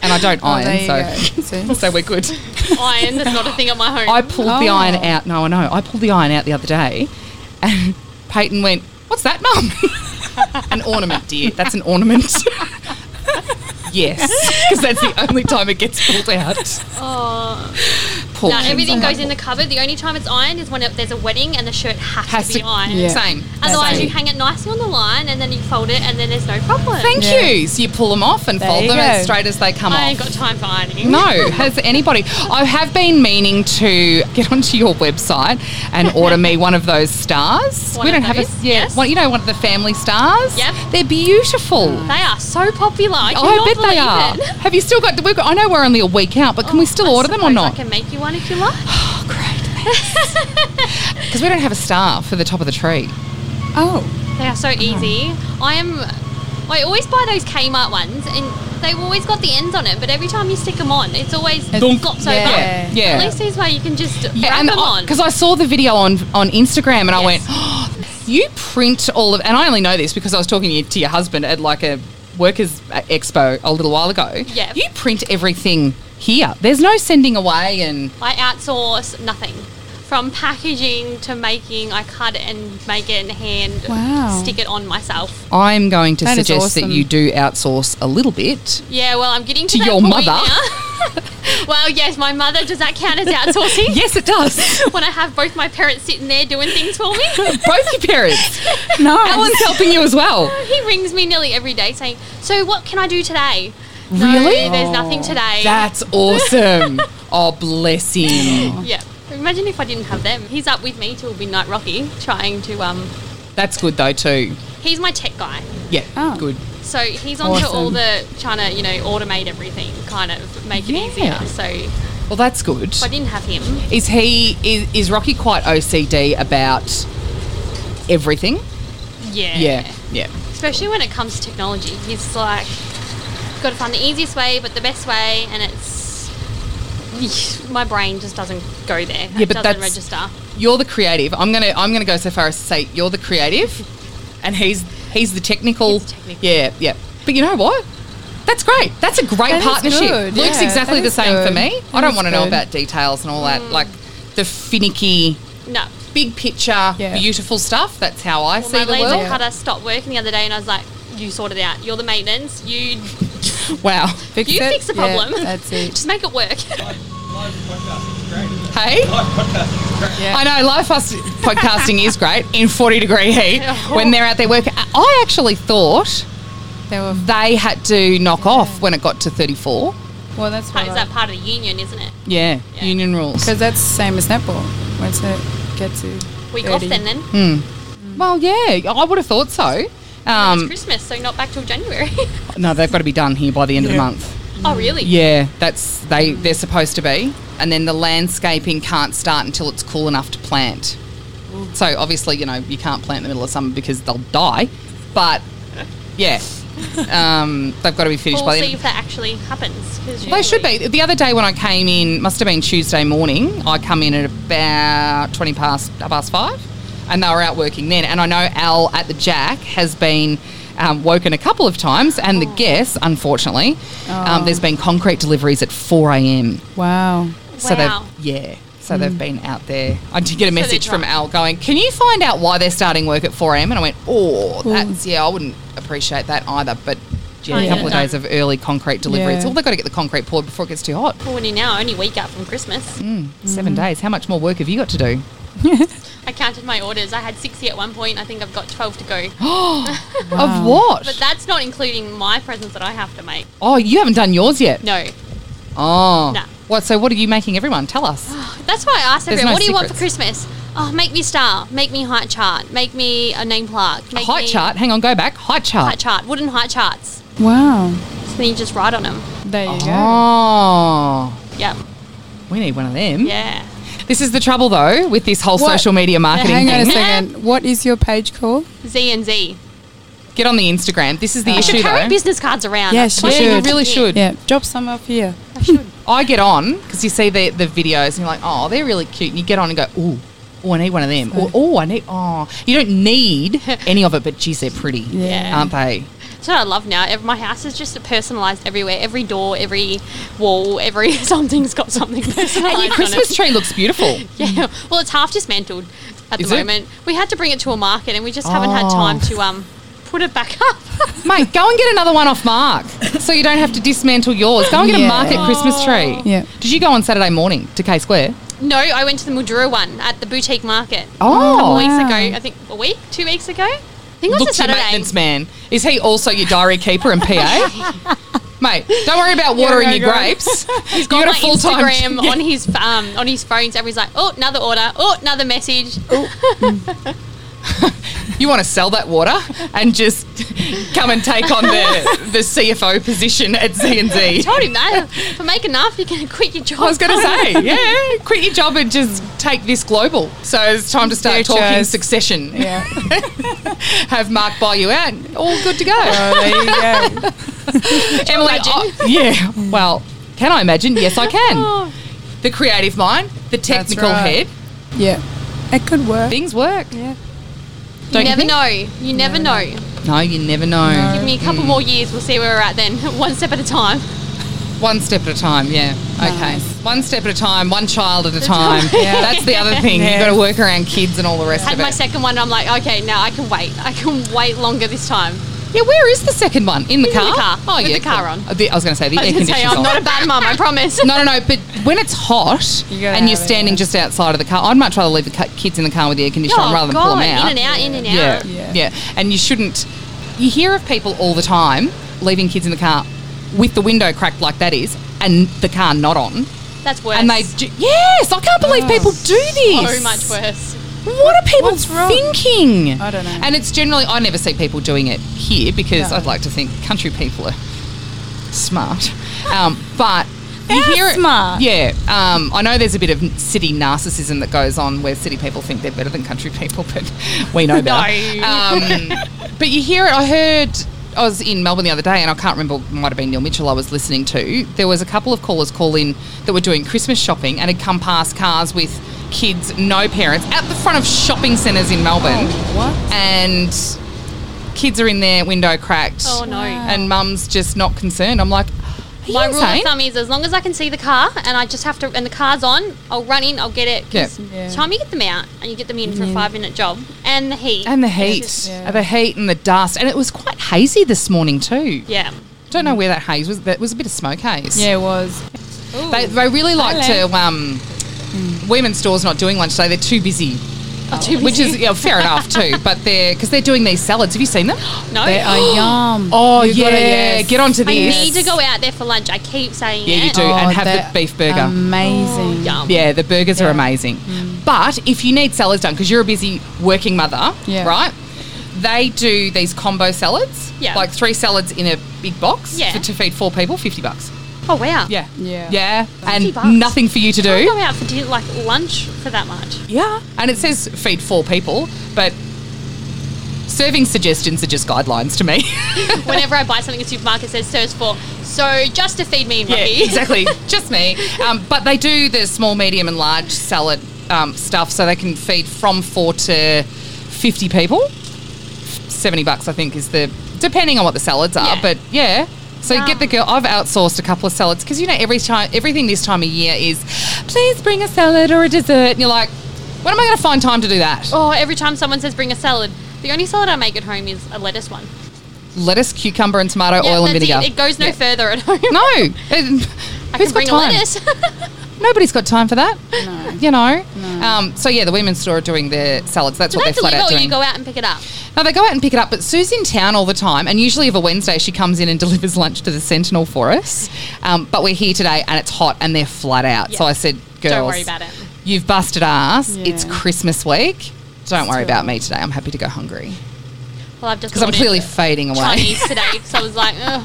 Speaker 3: and I don't
Speaker 4: Oh, there
Speaker 3: iron,
Speaker 4: you
Speaker 3: so
Speaker 4: go. See?
Speaker 3: so we're good.
Speaker 10: Iron. That's not a thing at my home.
Speaker 3: I pulled the
Speaker 4: Oh.
Speaker 3: iron out. No, I know. I pulled the iron out the other day, and Peyton went, "What's that, mum?" an ornament, dear. That's an ornament. yes, because that's the only time it gets pulled out.
Speaker 10: Oh.
Speaker 3: Poor
Speaker 10: No,
Speaker 3: things.
Speaker 10: everything
Speaker 3: Oh,
Speaker 10: goes in the cupboard. The only time it's ironed is when it, there's a wedding and the shirt has,
Speaker 3: Has
Speaker 10: to
Speaker 3: to-
Speaker 10: be ironed.
Speaker 4: Yeah.
Speaker 3: Same.
Speaker 10: Otherwise,
Speaker 3: Same.
Speaker 10: you hang it nicely on the line and then you fold it and then there's no problem.
Speaker 3: Thank
Speaker 4: Yeah.
Speaker 3: you. So you pull them off and
Speaker 4: There
Speaker 3: fold
Speaker 4: you
Speaker 3: them
Speaker 4: go.
Speaker 3: as straight as they come
Speaker 10: I
Speaker 3: off.
Speaker 10: ain't got time for ironing.
Speaker 3: No, has anybody? I have been meaning to get onto your website and order me one of those stars.
Speaker 10: One
Speaker 3: we
Speaker 10: of
Speaker 3: don't have
Speaker 10: those,
Speaker 3: a yeah.
Speaker 10: yes.
Speaker 3: One, you know, one of the family stars.
Speaker 10: Yep.
Speaker 3: they're beautiful.
Speaker 10: They are so popular. I,
Speaker 3: Oh, I
Speaker 10: cannot
Speaker 3: bet they
Speaker 10: believe
Speaker 3: are.
Speaker 10: it. Oh,
Speaker 3: Have you still got? We've got I know we're only a week out, but can we still
Speaker 10: I
Speaker 3: order them or
Speaker 10: suppose
Speaker 3: not?
Speaker 10: I can make you one if you like.
Speaker 3: Oh, great! Because we don't have a star for the top of the tree.
Speaker 4: Oh,
Speaker 10: They are so easy. I am. I always buy those Kmart ones, and they've always got the ends on it. But every time you stick them on, it's always got so
Speaker 4: Yeah.
Speaker 10: bad.
Speaker 3: Yeah.
Speaker 10: At least these way you can just wrap them on.
Speaker 3: Because I saw the video on on Instagram and I
Speaker 10: Yes.
Speaker 3: went, oh, you print all of, and I only know this because I was talking to you- to your husband at like a workers expo a little while ago.
Speaker 10: Yeah.
Speaker 3: you print everything here. There's no sending away and
Speaker 10: I outsource nothing. From packaging to making, I cut it and make it in hand.
Speaker 4: Wow.
Speaker 10: Stick it on myself.
Speaker 3: I'm going to
Speaker 4: That is
Speaker 3: suggest
Speaker 4: awesome.
Speaker 3: that you do outsource a little bit.
Speaker 10: Yeah, well, I'm getting
Speaker 3: To
Speaker 10: to, that
Speaker 3: your
Speaker 10: point
Speaker 3: mother?
Speaker 10: now. well, yes, my mother. Does that count as outsourcing?
Speaker 3: Yes, it does.
Speaker 10: When I have both my parents sitting there doing things for me.
Speaker 3: Both your parents.
Speaker 4: no.
Speaker 3: Alan's helping you as well.
Speaker 10: He rings me nearly every day saying, "So what can I do today?" No,
Speaker 3: Really?
Speaker 10: there's nothing today.
Speaker 3: That's awesome. oh, bless him.
Speaker 10: yeah. Imagine if I didn't have them. He's up with me till midnight, Rocky, trying to um.
Speaker 3: That's good though too.
Speaker 10: He's my tech guy.
Speaker 3: Yeah,
Speaker 4: Oh.
Speaker 3: good.
Speaker 10: So he's onto
Speaker 3: Awesome.
Speaker 10: all the trying to, you know, automate everything, kind of make it
Speaker 3: Yeah.
Speaker 10: easier. So if
Speaker 3: Well, that's good.
Speaker 10: I didn't have him,
Speaker 3: Is he is, is Rocky quite OCD about everything?
Speaker 10: yeah,
Speaker 3: Yeah, yeah.
Speaker 10: Especially when it comes to technology, he's like, got to find the easiest way, but the best way, and it's my brain just doesn't go there.
Speaker 3: Yeah,
Speaker 10: it
Speaker 3: but
Speaker 10: doesn't
Speaker 3: that's-
Speaker 10: register.
Speaker 3: You're the creative. I'm gonna I'm gonna go so far as to say you're the creative, and he's he's the technical.
Speaker 10: He's the technical.
Speaker 3: Yeah, yeah. But you know what? That's great. That's a great
Speaker 4: That is
Speaker 3: partnership.
Speaker 4: good,
Speaker 3: Luke's
Speaker 4: yeah.
Speaker 3: exactly
Speaker 4: That
Speaker 3: the
Speaker 4: is
Speaker 3: same for
Speaker 4: good.
Speaker 3: me. I
Speaker 4: That
Speaker 3: don't
Speaker 4: is
Speaker 3: want to know
Speaker 4: good. Mm.
Speaker 3: about details and all that, like the finicky,
Speaker 10: No.
Speaker 3: big picture,
Speaker 4: Yeah.
Speaker 3: beautiful stuff. That's how I
Speaker 10: Well,
Speaker 3: see
Speaker 10: my
Speaker 3: the
Speaker 10: laser
Speaker 3: world.
Speaker 10: cutter stopped working the other day, and I was like, "You sorted it out. You're the maintenance. You
Speaker 3: Wow.
Speaker 4: Fix
Speaker 10: you
Speaker 4: it?
Speaker 10: fix the
Speaker 4: Yeah,
Speaker 10: problem.
Speaker 4: that's it.
Speaker 10: just make it work."
Speaker 3: Hey.
Speaker 4: Yeah.
Speaker 3: I know live fast podcasting is great in 40 degree heat
Speaker 4: Oh.
Speaker 3: when they're out there working. I actually thought
Speaker 4: They were,
Speaker 3: they had to knock off when it got to 34.
Speaker 4: well, that's
Speaker 10: Part-
Speaker 4: what
Speaker 10: Is
Speaker 4: I-
Speaker 10: that part of the union, isn't it?
Speaker 3: Yeah,
Speaker 10: Yeah.
Speaker 3: union rules.
Speaker 4: Because that's the same as netball. Once it gets to
Speaker 10: Week
Speaker 4: 30.
Speaker 10: off then, then.
Speaker 3: Hmm. Well, yeah, I would have thought so.
Speaker 10: it's
Speaker 3: Um,
Speaker 10: Christmas, so not back till January.
Speaker 3: no, they've got to be done here by the end of the month.
Speaker 10: oh, really?
Speaker 3: Yeah, that's they they're supposed to be. And then the landscaping can't start until it's cool enough to plant. So obviously, you know, you can't plant in the middle of summer because they'll die. But yeah, um, they've got to be finished
Speaker 10: We'll
Speaker 3: by the
Speaker 10: see
Speaker 3: end.
Speaker 10: if that actually happens. 'cause
Speaker 3: They should
Speaker 10: usually-
Speaker 3: be. The other day when I came in, must have been Tuesday morning. I come in at about twenty past half past five, and they were out working then. And I know Al at the Jack has been um, woken a couple of times, and the guests, unfortunately, um, there's been concrete deliveries at four a.m.
Speaker 4: Wow.
Speaker 3: So
Speaker 10: Wow.
Speaker 3: they've yeah. So
Speaker 4: Hmm.
Speaker 3: they've been out there. I did get a
Speaker 10: they're
Speaker 3: message from
Speaker 10: drunk.
Speaker 3: Al going, "Can you find out why they're starting work at 4 a.m.?" And I went, "Oh, that's yeah. I wouldn't appreciate that either." But yeah, a
Speaker 10: Yeah.
Speaker 3: couple of days of early concrete delivery. It's
Speaker 4: Yeah.
Speaker 3: all they've got to get the concrete poured before it gets too hot. Hmm,
Speaker 10: Well, when you now only a week out from Christmas,
Speaker 3: Mm. Seven days. How much more work have you got to do?
Speaker 10: I counted my orders. I had sixty at one point. I think I've got twelve to go.
Speaker 3: Of what?
Speaker 10: but that's not including my presents that I have to make.
Speaker 3: oh, you haven't done yours yet.
Speaker 10: No,
Speaker 3: Oh,
Speaker 10: No. Oh,
Speaker 3: what? So what are you making everyone? Tell us.
Speaker 10: That's why I asked
Speaker 3: There's
Speaker 10: everyone,
Speaker 3: no
Speaker 10: what do you want for
Speaker 3: secrets.
Speaker 10: Christmas? Oh, make me star, make me height chart, make me a name plaque, make
Speaker 3: height
Speaker 10: me
Speaker 3: chart. Hang on, go back. Height chart.
Speaker 10: height chart, wooden height charts.
Speaker 4: Wow.
Speaker 10: So then you just write on them.
Speaker 4: There you go.
Speaker 3: Oh,
Speaker 10: Yep.
Speaker 3: we need one of them.
Speaker 10: Yeah.
Speaker 3: This is the trouble though with this whole
Speaker 4: What?
Speaker 3: social media marketing
Speaker 4: Hang on a
Speaker 3: thing.
Speaker 4: second. What is your page called?
Speaker 10: Z and Z.
Speaker 3: Get on the Instagram. This
Speaker 4: Uh,
Speaker 3: is the
Speaker 10: You should
Speaker 3: issue
Speaker 10: carry
Speaker 3: though.
Speaker 10: business cards around.
Speaker 4: Yes,
Speaker 10: That's
Speaker 4: you
Speaker 10: what
Speaker 4: should.
Speaker 3: You
Speaker 10: want to
Speaker 3: really
Speaker 10: do.
Speaker 3: should.
Speaker 4: Yeah, drop some up here.
Speaker 3: I get on because you see the, the videos and you're like, oh, they're really cute. And you get on and go, ooh, oh, I need one of them. Or, oh, I need, oh. You don't need any of it, but geez, they're pretty,
Speaker 4: Yeah.
Speaker 3: aren't they?
Speaker 10: That's what I love now. Ev- My house is just personalised everywhere. Every door, every wall, every something's got something personalised.
Speaker 3: And your Christmas tree looks beautiful.
Speaker 10: On it. Yeah. Well, it's half dismantled at
Speaker 3: Is
Speaker 10: the
Speaker 3: it?
Speaker 10: moment. We had to bring it to a market, and we just haven't had
Speaker 3: Oh.
Speaker 10: time to um put it back up.
Speaker 3: Mate, go and get another one off Mark so you don't have to dismantle yours. Go and get a
Speaker 4: Yeah.
Speaker 3: market Christmas tree.
Speaker 4: Yeah.
Speaker 3: Did you go on Saturday morning to K Square?
Speaker 10: No, I went to the Mildura one at the boutique market.
Speaker 3: Oh.
Speaker 10: a couple weeks
Speaker 4: Wow.
Speaker 10: ago. I think a week, two weeks ago. I think it was
Speaker 3: Look
Speaker 10: a
Speaker 3: to your
Speaker 10: Saturday.
Speaker 3: maintenance man. Is he also your diary keeper and PA? Mate, don't worry about watering your grapes. He's
Speaker 10: Got my Instagram on his um, on his phone. So everyone's like, oh, another order. Oh, another message.
Speaker 3: You want to sell that water and just come and take on the, the CFO position at Z and Z.
Speaker 10: Told him that. If I make enough, you can quit your job.
Speaker 3: I was going to say, yeah, quit your job and just take this global. So it's time to start
Speaker 4: Their
Speaker 3: talking
Speaker 4: choice.
Speaker 3: succession.
Speaker 4: Yeah.
Speaker 3: Have Mark buy you out. All good to go.
Speaker 4: Oh, there you go.
Speaker 3: Emily, oh, I- yeah. Well, can I imagine? Yes, I can. The creative mind, the technical
Speaker 4: Oh. right.
Speaker 3: head,
Speaker 4: Yeah. It could work.
Speaker 3: things work.
Speaker 4: Yeah.
Speaker 10: You
Speaker 3: Don't you
Speaker 10: never
Speaker 3: think?
Speaker 10: know. You never know.
Speaker 3: No, you never know.
Speaker 10: Give me a couple more years. We'll see where we're at then. One step at a time.
Speaker 3: One step at a time, yeah. Okay. One step at a time, one child at a time.
Speaker 4: Yeah.
Speaker 3: That's the other thing. You've got to work around kids and all the rest
Speaker 10: Had
Speaker 3: of it.
Speaker 10: my second one. I'm like, okay, now I can wait. I can wait longer this time.
Speaker 3: yeah, where is the second one? In the
Speaker 10: It's in
Speaker 3: car?
Speaker 10: the car,
Speaker 3: Oh,
Speaker 10: with
Speaker 3: yeah.
Speaker 10: the car
Speaker 3: cool.
Speaker 10: on.
Speaker 3: Uh, the- I was going to say, the air
Speaker 10: I was gonna say,
Speaker 3: conditioner's
Speaker 10: I'm
Speaker 3: on.
Speaker 10: not a bad mum. I promise.
Speaker 3: no, no, no. But when it's hot
Speaker 4: You gotta
Speaker 3: and you're
Speaker 4: have it,
Speaker 3: standing
Speaker 4: yeah.
Speaker 3: just outside of the car, I'd much rather leave the cu- kids in the car with the air conditioner on
Speaker 10: Oh,
Speaker 3: rather than
Speaker 10: God.
Speaker 3: pull them out.
Speaker 10: In and out, in and
Speaker 3: Yeah.
Speaker 10: out.
Speaker 3: yeah,
Speaker 4: Yeah.
Speaker 3: And you shouldn't. You hear of people all the time leaving kids in the car with the window cracked like that is, and the car not on,
Speaker 10: That's worse.
Speaker 4: Oh.
Speaker 3: and they. Do, yes, I can't believe people do this.
Speaker 10: so much worse.
Speaker 3: What are people
Speaker 4: What's wrong?
Speaker 3: thinking?
Speaker 4: I don't know.
Speaker 3: And it's generally I never see people doing it here because
Speaker 4: No.
Speaker 3: I'd like to think country people are smart, um, but you
Speaker 4: They're
Speaker 3: hear it-
Speaker 4: smart.
Speaker 3: Yeah, um, I know there's a bit of city narcissism that goes on where city people think they're better than country people, but we know better. Um, but you hear it. I heard. I was in Melbourne the other day, and I can't remember. It might have been Neil Mitchell I was listening to. There was a couple of callers call in that were doing Christmas shopping and had come past cars with kids, no parents, at the front of shopping centres in Melbourne.
Speaker 10: Oh,
Speaker 4: what?
Speaker 3: And kids are in their window cracked.
Speaker 10: Oh, no. Wow.
Speaker 3: And mum's just not concerned. I'm like, are you
Speaker 10: My rule of
Speaker 3: insane?
Speaker 10: thumb is as long as I can see the car and I just have to, and the car's on, I'll run in, I'll get it. 'cause
Speaker 3: Yeah.
Speaker 4: Yeah.
Speaker 10: Time you get them out and you get them in for a five minute job and the heat.
Speaker 3: And the
Speaker 10: It's
Speaker 3: heat,
Speaker 10: just-
Speaker 4: Yeah.
Speaker 3: the heat and the dust, and it was quite hazy this morning too.
Speaker 10: yeah.
Speaker 3: Don't know where that haze was. That was a bit of smoke haze.
Speaker 4: Yeah, it was.
Speaker 3: They, they really like
Speaker 4: Hello.
Speaker 3: to. Um, Women's stores not doing lunch today. They're too busy.
Speaker 10: Oh,
Speaker 3: Which is yeah, fair enough too, but they're because they're doing these salads. Have you seen them?
Speaker 10: No.
Speaker 4: They are yum.
Speaker 3: Oh
Speaker 4: You
Speaker 3: yeah,
Speaker 4: gotta- yes.
Speaker 3: get onto
Speaker 10: I
Speaker 3: these.
Speaker 10: need to go out there for lunch. I keep saying
Speaker 3: Yeah,
Speaker 10: it. Oh,
Speaker 3: you do,
Speaker 4: Oh,
Speaker 3: and have
Speaker 4: they're
Speaker 3: the beef burger.
Speaker 4: Amazing.
Speaker 10: Yum.
Speaker 3: Yeah, the burgers are
Speaker 4: Yeah.
Speaker 3: amazing.
Speaker 10: Mm.
Speaker 3: But if you need salads done, because you're a busy working mother,
Speaker 4: Yeah.
Speaker 3: right? They do these combo salads,
Speaker 10: Yeah.
Speaker 3: like three salads in a big box
Speaker 10: Yeah.
Speaker 3: for, to feed four people, 50 bucks.
Speaker 10: Oh, wow.
Speaker 3: Yeah.
Speaker 4: Yeah.
Speaker 3: Yeah. And
Speaker 10: bucks.
Speaker 3: nothing for you to
Speaker 10: I
Speaker 3: do.
Speaker 10: go out for dinner, like lunch for that much.
Speaker 3: Oh, Yeah. And it says feed four people, but serving suggestions are just guidelines to me.
Speaker 10: Whenever I buy something in the supermarket, it says serves for. So just to feed me and Robbie.
Speaker 3: Yeah, exactly. Just me. Um, but they do the small, medium, and large salad um, stuff, so they can feed from four to fifty people. Seventy bucks, I think, is the depending on what the salads are.
Speaker 10: Yeah.
Speaker 3: But yeah. So you get the girl. I've outsourced a couple of salads because you know every time, everything this time of year is, please bring a salad or a dessert, and you're like, when am I going to find time to do that?
Speaker 10: Oh, every time someone says bring a salad, the only salad I make at home is a lettuce one.
Speaker 3: Lettuce, cucumber, and tomato,
Speaker 10: Yeah,
Speaker 3: oil, and
Speaker 10: that's
Speaker 3: vinegar.
Speaker 10: It. it goes no
Speaker 3: Yeah.
Speaker 10: further at home.
Speaker 3: No,
Speaker 10: I
Speaker 3: who's
Speaker 10: can
Speaker 3: got
Speaker 10: bring a
Speaker 3: time?
Speaker 10: lettuce.
Speaker 3: Nobody's got time for that.
Speaker 4: No.
Speaker 3: You know? Um, so, yeah, the women's store are doing their salads. That's
Speaker 10: Do
Speaker 3: what
Speaker 10: they
Speaker 3: they're flat
Speaker 10: deliver
Speaker 3: out
Speaker 10: or
Speaker 3: doing.
Speaker 10: you go out and pick it up?
Speaker 3: no, they go out and pick it up, but Sue's in town all the time. And usually, of a Wednesday, she comes in and delivers lunch to the Sentinel for us. Um, but we're here today and it's hot and they're flat out. So
Speaker 10: Yeah.
Speaker 3: I said, girls,
Speaker 10: Don't worry about it.
Speaker 3: you've busted ass.
Speaker 4: Yeah.
Speaker 3: It's Christmas week. Don't worry
Speaker 4: Still.
Speaker 3: about me today. I'm happy to go hungry
Speaker 10: Well, I've just
Speaker 3: because I'm
Speaker 10: ordered
Speaker 3: clearly fading away.
Speaker 10: Chinese today, so I was like, Ugh,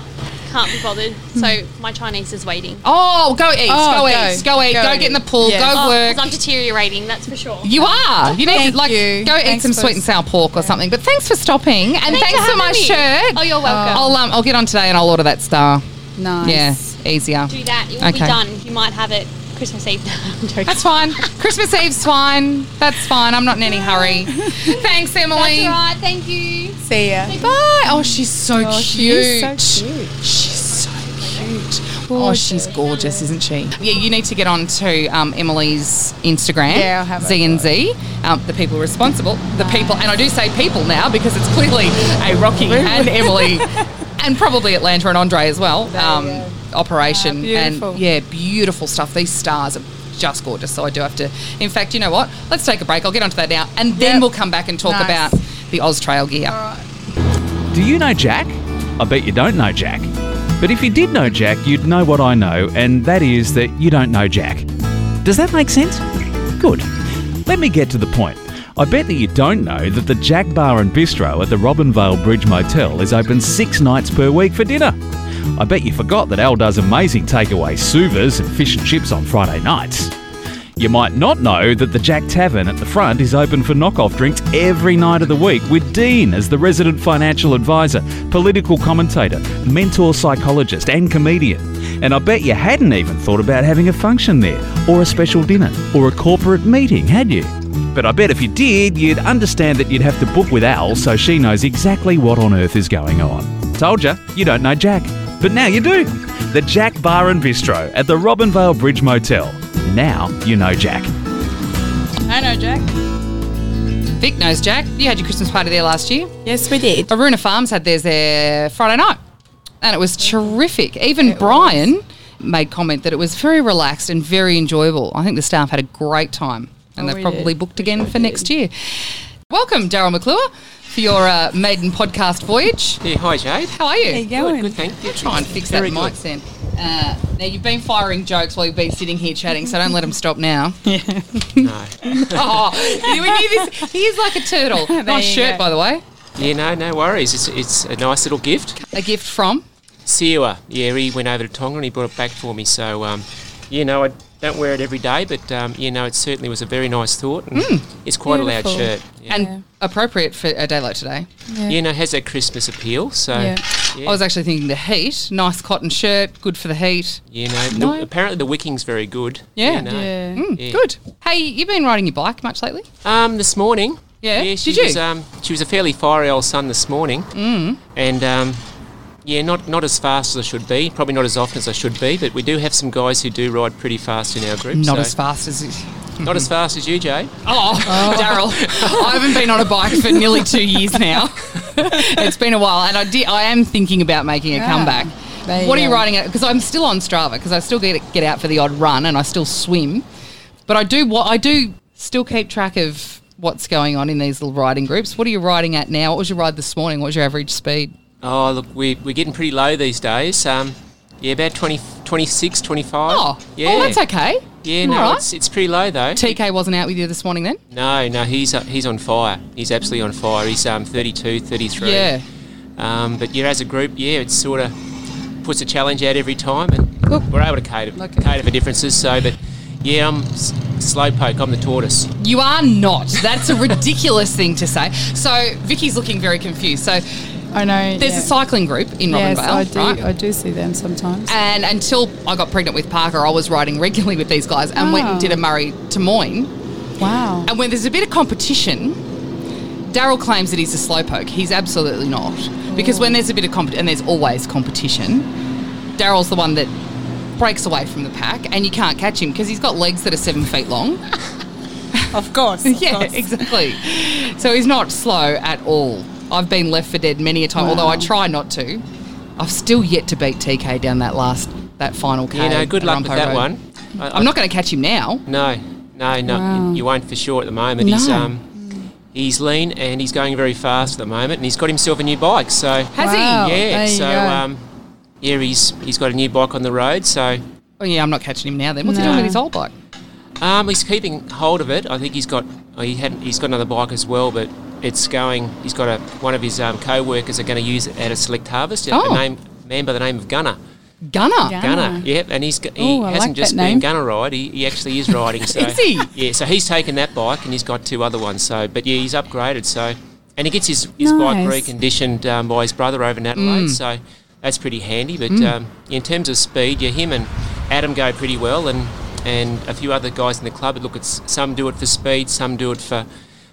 Speaker 10: can't be bothered. So my Chinese is waiting.
Speaker 3: Hmm. Oh, go eat,
Speaker 4: Oh,
Speaker 3: go,
Speaker 4: go,
Speaker 3: eat, go eat, go,
Speaker 4: go
Speaker 3: get in the
Speaker 4: eat.
Speaker 3: pool,
Speaker 4: Yeah.
Speaker 3: go
Speaker 10: Oh,
Speaker 3: work.
Speaker 10: 'cause I'm deteriorating, that's for sure.
Speaker 3: You are. You need
Speaker 4: Thank
Speaker 3: to like
Speaker 4: you.
Speaker 3: go eat
Speaker 4: Thanks
Speaker 3: some
Speaker 4: for-
Speaker 3: sweet and sour pork or something. But thanks for stopping and thanks,
Speaker 10: Thanks for
Speaker 3: for, my
Speaker 10: having me.
Speaker 3: shirt.
Speaker 10: Oh, you're welcome.
Speaker 3: I'll um, I'll get on today and I'll order that star.
Speaker 4: Nice.
Speaker 3: Yeah, easier.
Speaker 10: Do that. It will be
Speaker 3: Okay.
Speaker 10: done. You might have it Christmas Eve. No, I'm joking.
Speaker 3: That's fine. Christmas Eve's fine. That's fine. I'm not in any hurry. thanks, Emily.
Speaker 10: That's all right. Thank you.
Speaker 4: See ya.
Speaker 3: Bye. Oh, she's so
Speaker 4: Oh, she
Speaker 3: cute.
Speaker 4: is so cute.
Speaker 3: She's so cute. Oh, she's gorgeous, isn't she? Yeah, you need to get on to um, Emily's Instagram.
Speaker 4: Yeah, I'll have a
Speaker 3: Z and Z, um, the people responsible, the people, and I do say people now because it's clearly a Rocky and Emily, and probably Atlanta and Andre as well.
Speaker 4: you
Speaker 3: Um,
Speaker 4: go.
Speaker 3: operation
Speaker 4: Ah, beautiful.
Speaker 3: and yeah, beautiful stuff. These stars are just gorgeous. So I do have to. In fact, you know what? Let's take a break. I'll get onto that now, and then
Speaker 4: Yep.
Speaker 3: we'll come back and talk
Speaker 4: Nice.
Speaker 3: about the Oz Trail gear.
Speaker 2: Do you know Jack? I bet you don't know Jack. But if you did know Jack, you'd know what I know, and that is that you don't know Jack. Does that make sense? Good. Let me get to the point. I bet that you don't know that the Jack Bar and Bistro at the Robin Vale Bridge Motel is open six nights per week for dinner. I bet you forgot that Al does amazing takeaway souvers and fish and chips on Friday nights. You might not know that the Jack Tavern at the front is open for knockoff drinks every night of the week with Dean as the resident financial advisor, political commentator, mentor psychologist, and comedian. And I bet you hadn't even thought about having a function there, or a special dinner, or a corporate meeting, had you? But I bet if you did, you'd understand that you'd have to book with Al so she knows exactly what on earth is going on. Told ya, you don't know Jack. But now you do. The Jack Bar and Bistro at the Robin Vale Bridge Motel. Now you know Jack.
Speaker 4: I know, Jack.
Speaker 3: Vic knows Jack. You had your Christmas party there last year.
Speaker 4: Yes, we did.
Speaker 3: Aruna Farms had theirs there Friday night, and it was terrific. Even Brian made comment that it was very relaxed and very enjoyable. I think the staff had a great time, and
Speaker 4: Oh,
Speaker 3: they've
Speaker 4: we
Speaker 3: probably
Speaker 4: did.
Speaker 3: booked
Speaker 4: We
Speaker 3: again
Speaker 4: sure
Speaker 3: for next year. Welcome, Daryl McClure, for your uh, maiden podcast voyage.
Speaker 11: Yeah, hi Jade.
Speaker 3: How are you?
Speaker 4: How you going?
Speaker 11: Good, good thank you.
Speaker 3: Try and fix
Speaker 11: Very
Speaker 3: that
Speaker 11: good.
Speaker 3: mic stand. Uh, now you've been firing jokes while you've been sitting here chatting, so don't let them stop now. Yeah. no. oh, you knew this. He is like a turtle. Nice
Speaker 4: you
Speaker 3: shirt,
Speaker 4: go.
Speaker 3: by the way.
Speaker 11: Yeah, no, no worries. It's, it's a nice little gift.
Speaker 3: A gift from.
Speaker 11: Siwa, yeah, he went over to Tonga and he brought it back for me. So, um, you know, I don't wear it every day, but, um, you know, it certainly was a very nice thought. And
Speaker 3: Mm.
Speaker 11: it's quite a
Speaker 4: Beautiful.
Speaker 11: loud shirt. Yeah.
Speaker 3: And appropriate for a day like today.
Speaker 11: you know, it has that Christmas appeal. So,
Speaker 4: Yeah.
Speaker 11: yeah.
Speaker 3: I was actually thinking the heat. Nice cotton shirt, good for the heat.
Speaker 11: You know, the-
Speaker 3: No.
Speaker 11: apparently the wicking's very good.
Speaker 3: Yeah.
Speaker 11: You know.
Speaker 4: Yeah.
Speaker 3: Mm,
Speaker 11: Yeah.
Speaker 3: Good. Hey, you've been riding your bike much lately?
Speaker 11: Um, this morning.
Speaker 3: Yeah?
Speaker 11: she
Speaker 3: Did you?
Speaker 11: was. Um, she was a fairly fiery old sun this morning. Mm. And um, yeah, not not as fast as I should be. Probably not as often as I should be. But we do have some guys who do ride pretty fast in our group.
Speaker 3: Not
Speaker 11: so-
Speaker 3: as fast as.
Speaker 11: Not as fast as you, Jay.
Speaker 3: Oh, Daryl, I haven't been on a bike for nearly two years now. it's been a while, and I did, I am thinking about making a comeback.
Speaker 4: There you
Speaker 3: What are you
Speaker 4: go.
Speaker 3: riding at? Because I'm still on Strava, because I still get get out for the odd run, and I still swim. But I do what I do still keep track of what's going on in these little riding groups. What are you riding at now? What was your ride this morning? What was your average speed?
Speaker 11: Oh, look, we, we're getting pretty low these days. Um, yeah, about 20, 26, 25.
Speaker 3: Oh,
Speaker 11: yeah.
Speaker 3: oh, that's okay.
Speaker 11: Yeah,
Speaker 3: All
Speaker 11: no,
Speaker 3: right.
Speaker 11: it's, it's pretty low though.
Speaker 3: TK wasn't out with you this morning then?
Speaker 11: No, no, he's uh, he's on fire. He's absolutely on fire. He's um 32, 33.
Speaker 3: Yeah.
Speaker 11: Um, but yeah, as a group, yeah, it sort of puts a challenge out every time, and we're able to cater,
Speaker 3: Look at-
Speaker 11: cater for differences. So, but yeah, I'm s- slowpoke. I'm the tortoise.
Speaker 3: You are not. That's a ridiculous thing to say. So Vicky's looking very confused. So
Speaker 4: I know.
Speaker 3: there's
Speaker 4: yeah.
Speaker 3: a cycling group in Robinvale,
Speaker 4: Yes, I do.
Speaker 3: right?
Speaker 4: I do see them sometimes.
Speaker 3: and until I got pregnant with Parker, I was riding regularly with these guys and went and
Speaker 4: Wow.
Speaker 3: did a
Speaker 12: Oh.
Speaker 3: Murray to Moyne.
Speaker 4: wow.
Speaker 3: And when there's a bit of competition, Daryl claims that he's a slowpoke. He's absolutely not. Because when there's a bit of competition, and there's always competition, Daryl's the one that breaks away from the pack and you can't catch him because he's got legs that are seven feet long.
Speaker 12: Of course.
Speaker 3: Yeah, exactly. So he's not slow at all. I've been left for dead many a time, although I try not to. I've still yet to beet TK down that last, that final K.
Speaker 11: You know, good
Speaker 3: at
Speaker 11: luck with
Speaker 3: Rumpo
Speaker 11: that
Speaker 3: Road.
Speaker 11: one. I-
Speaker 3: I'm not going to catch him now.
Speaker 11: No, no, no.
Speaker 4: Wow.
Speaker 11: You, you won't for sure at the moment. He's
Speaker 3: No.
Speaker 11: um, he's lean and he's going very fast at the moment, and he's got himself a new bike. So
Speaker 3: Has he?
Speaker 4: Wow,
Speaker 11: yeah,
Speaker 4: there you
Speaker 11: so
Speaker 4: go.
Speaker 11: um, yeah, he's he's got a new bike on the road. So
Speaker 3: Oh yeah, I'm not catching him now. Then what's he doing
Speaker 4: No.
Speaker 3: with his old bike?
Speaker 11: um, he's keeping hold of it. I think he's got oh, he had he's got another bike as well, but it's going. He's got a one of his um, co-workers are going to use it at a select harvest. a-
Speaker 3: Oh.
Speaker 11: A name man by the name of Gunner.
Speaker 3: Gunner.
Speaker 4: Yeah.
Speaker 11: Gunner,
Speaker 4: Ah.
Speaker 11: yep, and he's g- he
Speaker 4: Ooh, I
Speaker 11: hasn't
Speaker 4: like
Speaker 11: just
Speaker 4: that
Speaker 11: been
Speaker 4: name.
Speaker 11: Gunner ride. He, he actually is riding. So
Speaker 3: Is he?
Speaker 11: Yeah, so he's taken that bike and he's got two other ones. So, but yeah, he's upgraded. So, and he gets his, his
Speaker 4: Nice. Mm.
Speaker 11: bike reconditioned um, by his brother over in Adelaide. So that's pretty handy. But um, in terms of speed, yeah, him and Adam go pretty well, and and a few other guys in the club. But look, it's some do it for speed, some do it for.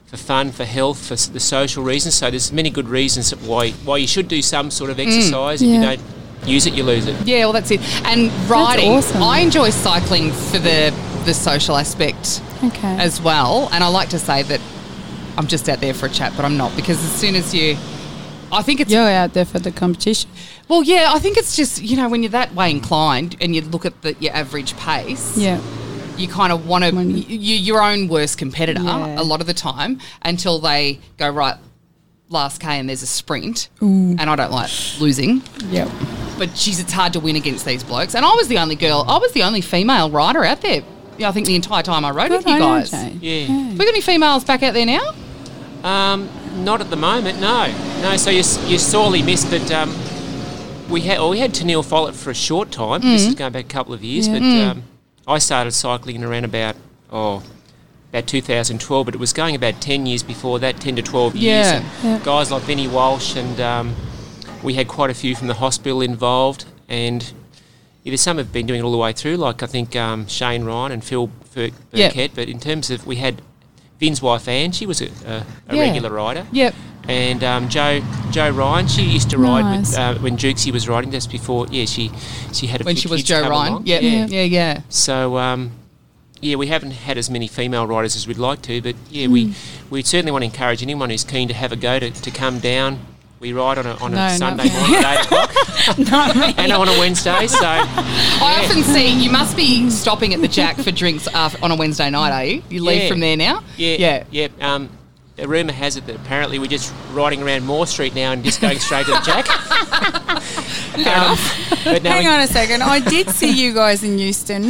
Speaker 11: For fun, for health, for s- the social reasons. So there's many good reasons that why why you should do some sort of exercise. If you
Speaker 4: Mm. Yeah.
Speaker 11: don't use it, you lose it.
Speaker 3: Yeah, well that's it. And riding.
Speaker 4: awesome.
Speaker 3: I enjoy cycling for the the social aspect
Speaker 4: Okay.
Speaker 3: as well. And I like to say that I'm just out there for a chat, but I'm not because as soon as you, I think it's
Speaker 4: You're out there for the competition.
Speaker 3: Well, yeah, I think it's just you know when you're that way inclined and you look at the, your average pace,
Speaker 4: Yeah.
Speaker 3: you kind of want to
Speaker 4: When-
Speaker 3: you your own worst competitor
Speaker 4: Yeah.
Speaker 3: a lot of the time until they go right last k and there's a sprint, and I don't like losing,
Speaker 4: Yep.
Speaker 3: but geez, it's hard to win against these blokes. And I was the only girl, I was the only female rider out there. Yeah, I think the entire time I rode with you
Speaker 4: on
Speaker 3: guys.
Speaker 4: Jane.
Speaker 11: Yeah.
Speaker 3: We got any females back out there now?
Speaker 11: Um, not at the moment, no. No, so you're, you're sorely missed, but um, we had well, we had Tennille Follett for a short time. This
Speaker 3: Mm.
Speaker 11: is going back a couple of years, but um, I started cycling around about oh about 2012, but it was going about 10 years before that, 10 to 12 years.
Speaker 3: Yeah.
Speaker 11: And Guys like Vinnie Walsh and um, we had quite a few from the hospital involved, and yeah, there's some have been doing it all the way through, like I think um, Shane Ryan and Phil Bur-
Speaker 3: Yeah.
Speaker 11: Burkett. But in terms of we had Vin's wife Anne, she was a, a, a
Speaker 3: Yeah.
Speaker 11: regular rider.
Speaker 3: Yep.
Speaker 11: And um, Joe Joe Ryan, she used to ride
Speaker 4: Nice.
Speaker 11: with, uh, when Jukesy was riding. That's before, yeah, she she had a
Speaker 3: When
Speaker 11: few
Speaker 3: she was
Speaker 11: kids
Speaker 3: Joe
Speaker 11: come
Speaker 3: Ryan.
Speaker 11: along.
Speaker 3: Yep.
Speaker 11: Yeah.
Speaker 3: Yeah, yeah, yeah.
Speaker 11: So um, yeah, we haven't had as many female riders as we'd like to, but yeah,
Speaker 3: Hmm.
Speaker 11: we we certainly want to encourage anyone who's keen to have a go to, to come down. We ride on a, on a
Speaker 4: No, not
Speaker 11: Sunday morning at eight o'clock, and on a Wednesday. So
Speaker 3: I often see you must be stopping at the Jack for drinks af on a Wednesday night, are you? You leave
Speaker 11: Yeah.
Speaker 3: from there now?
Speaker 11: Yeah, yeah. yeah. Um, a rumour has it that apparently we're just riding around Moore Street now and just going straight to the Jack. Um, But now
Speaker 4: Hang
Speaker 11: we-
Speaker 4: on a second. I did see you guys in Euston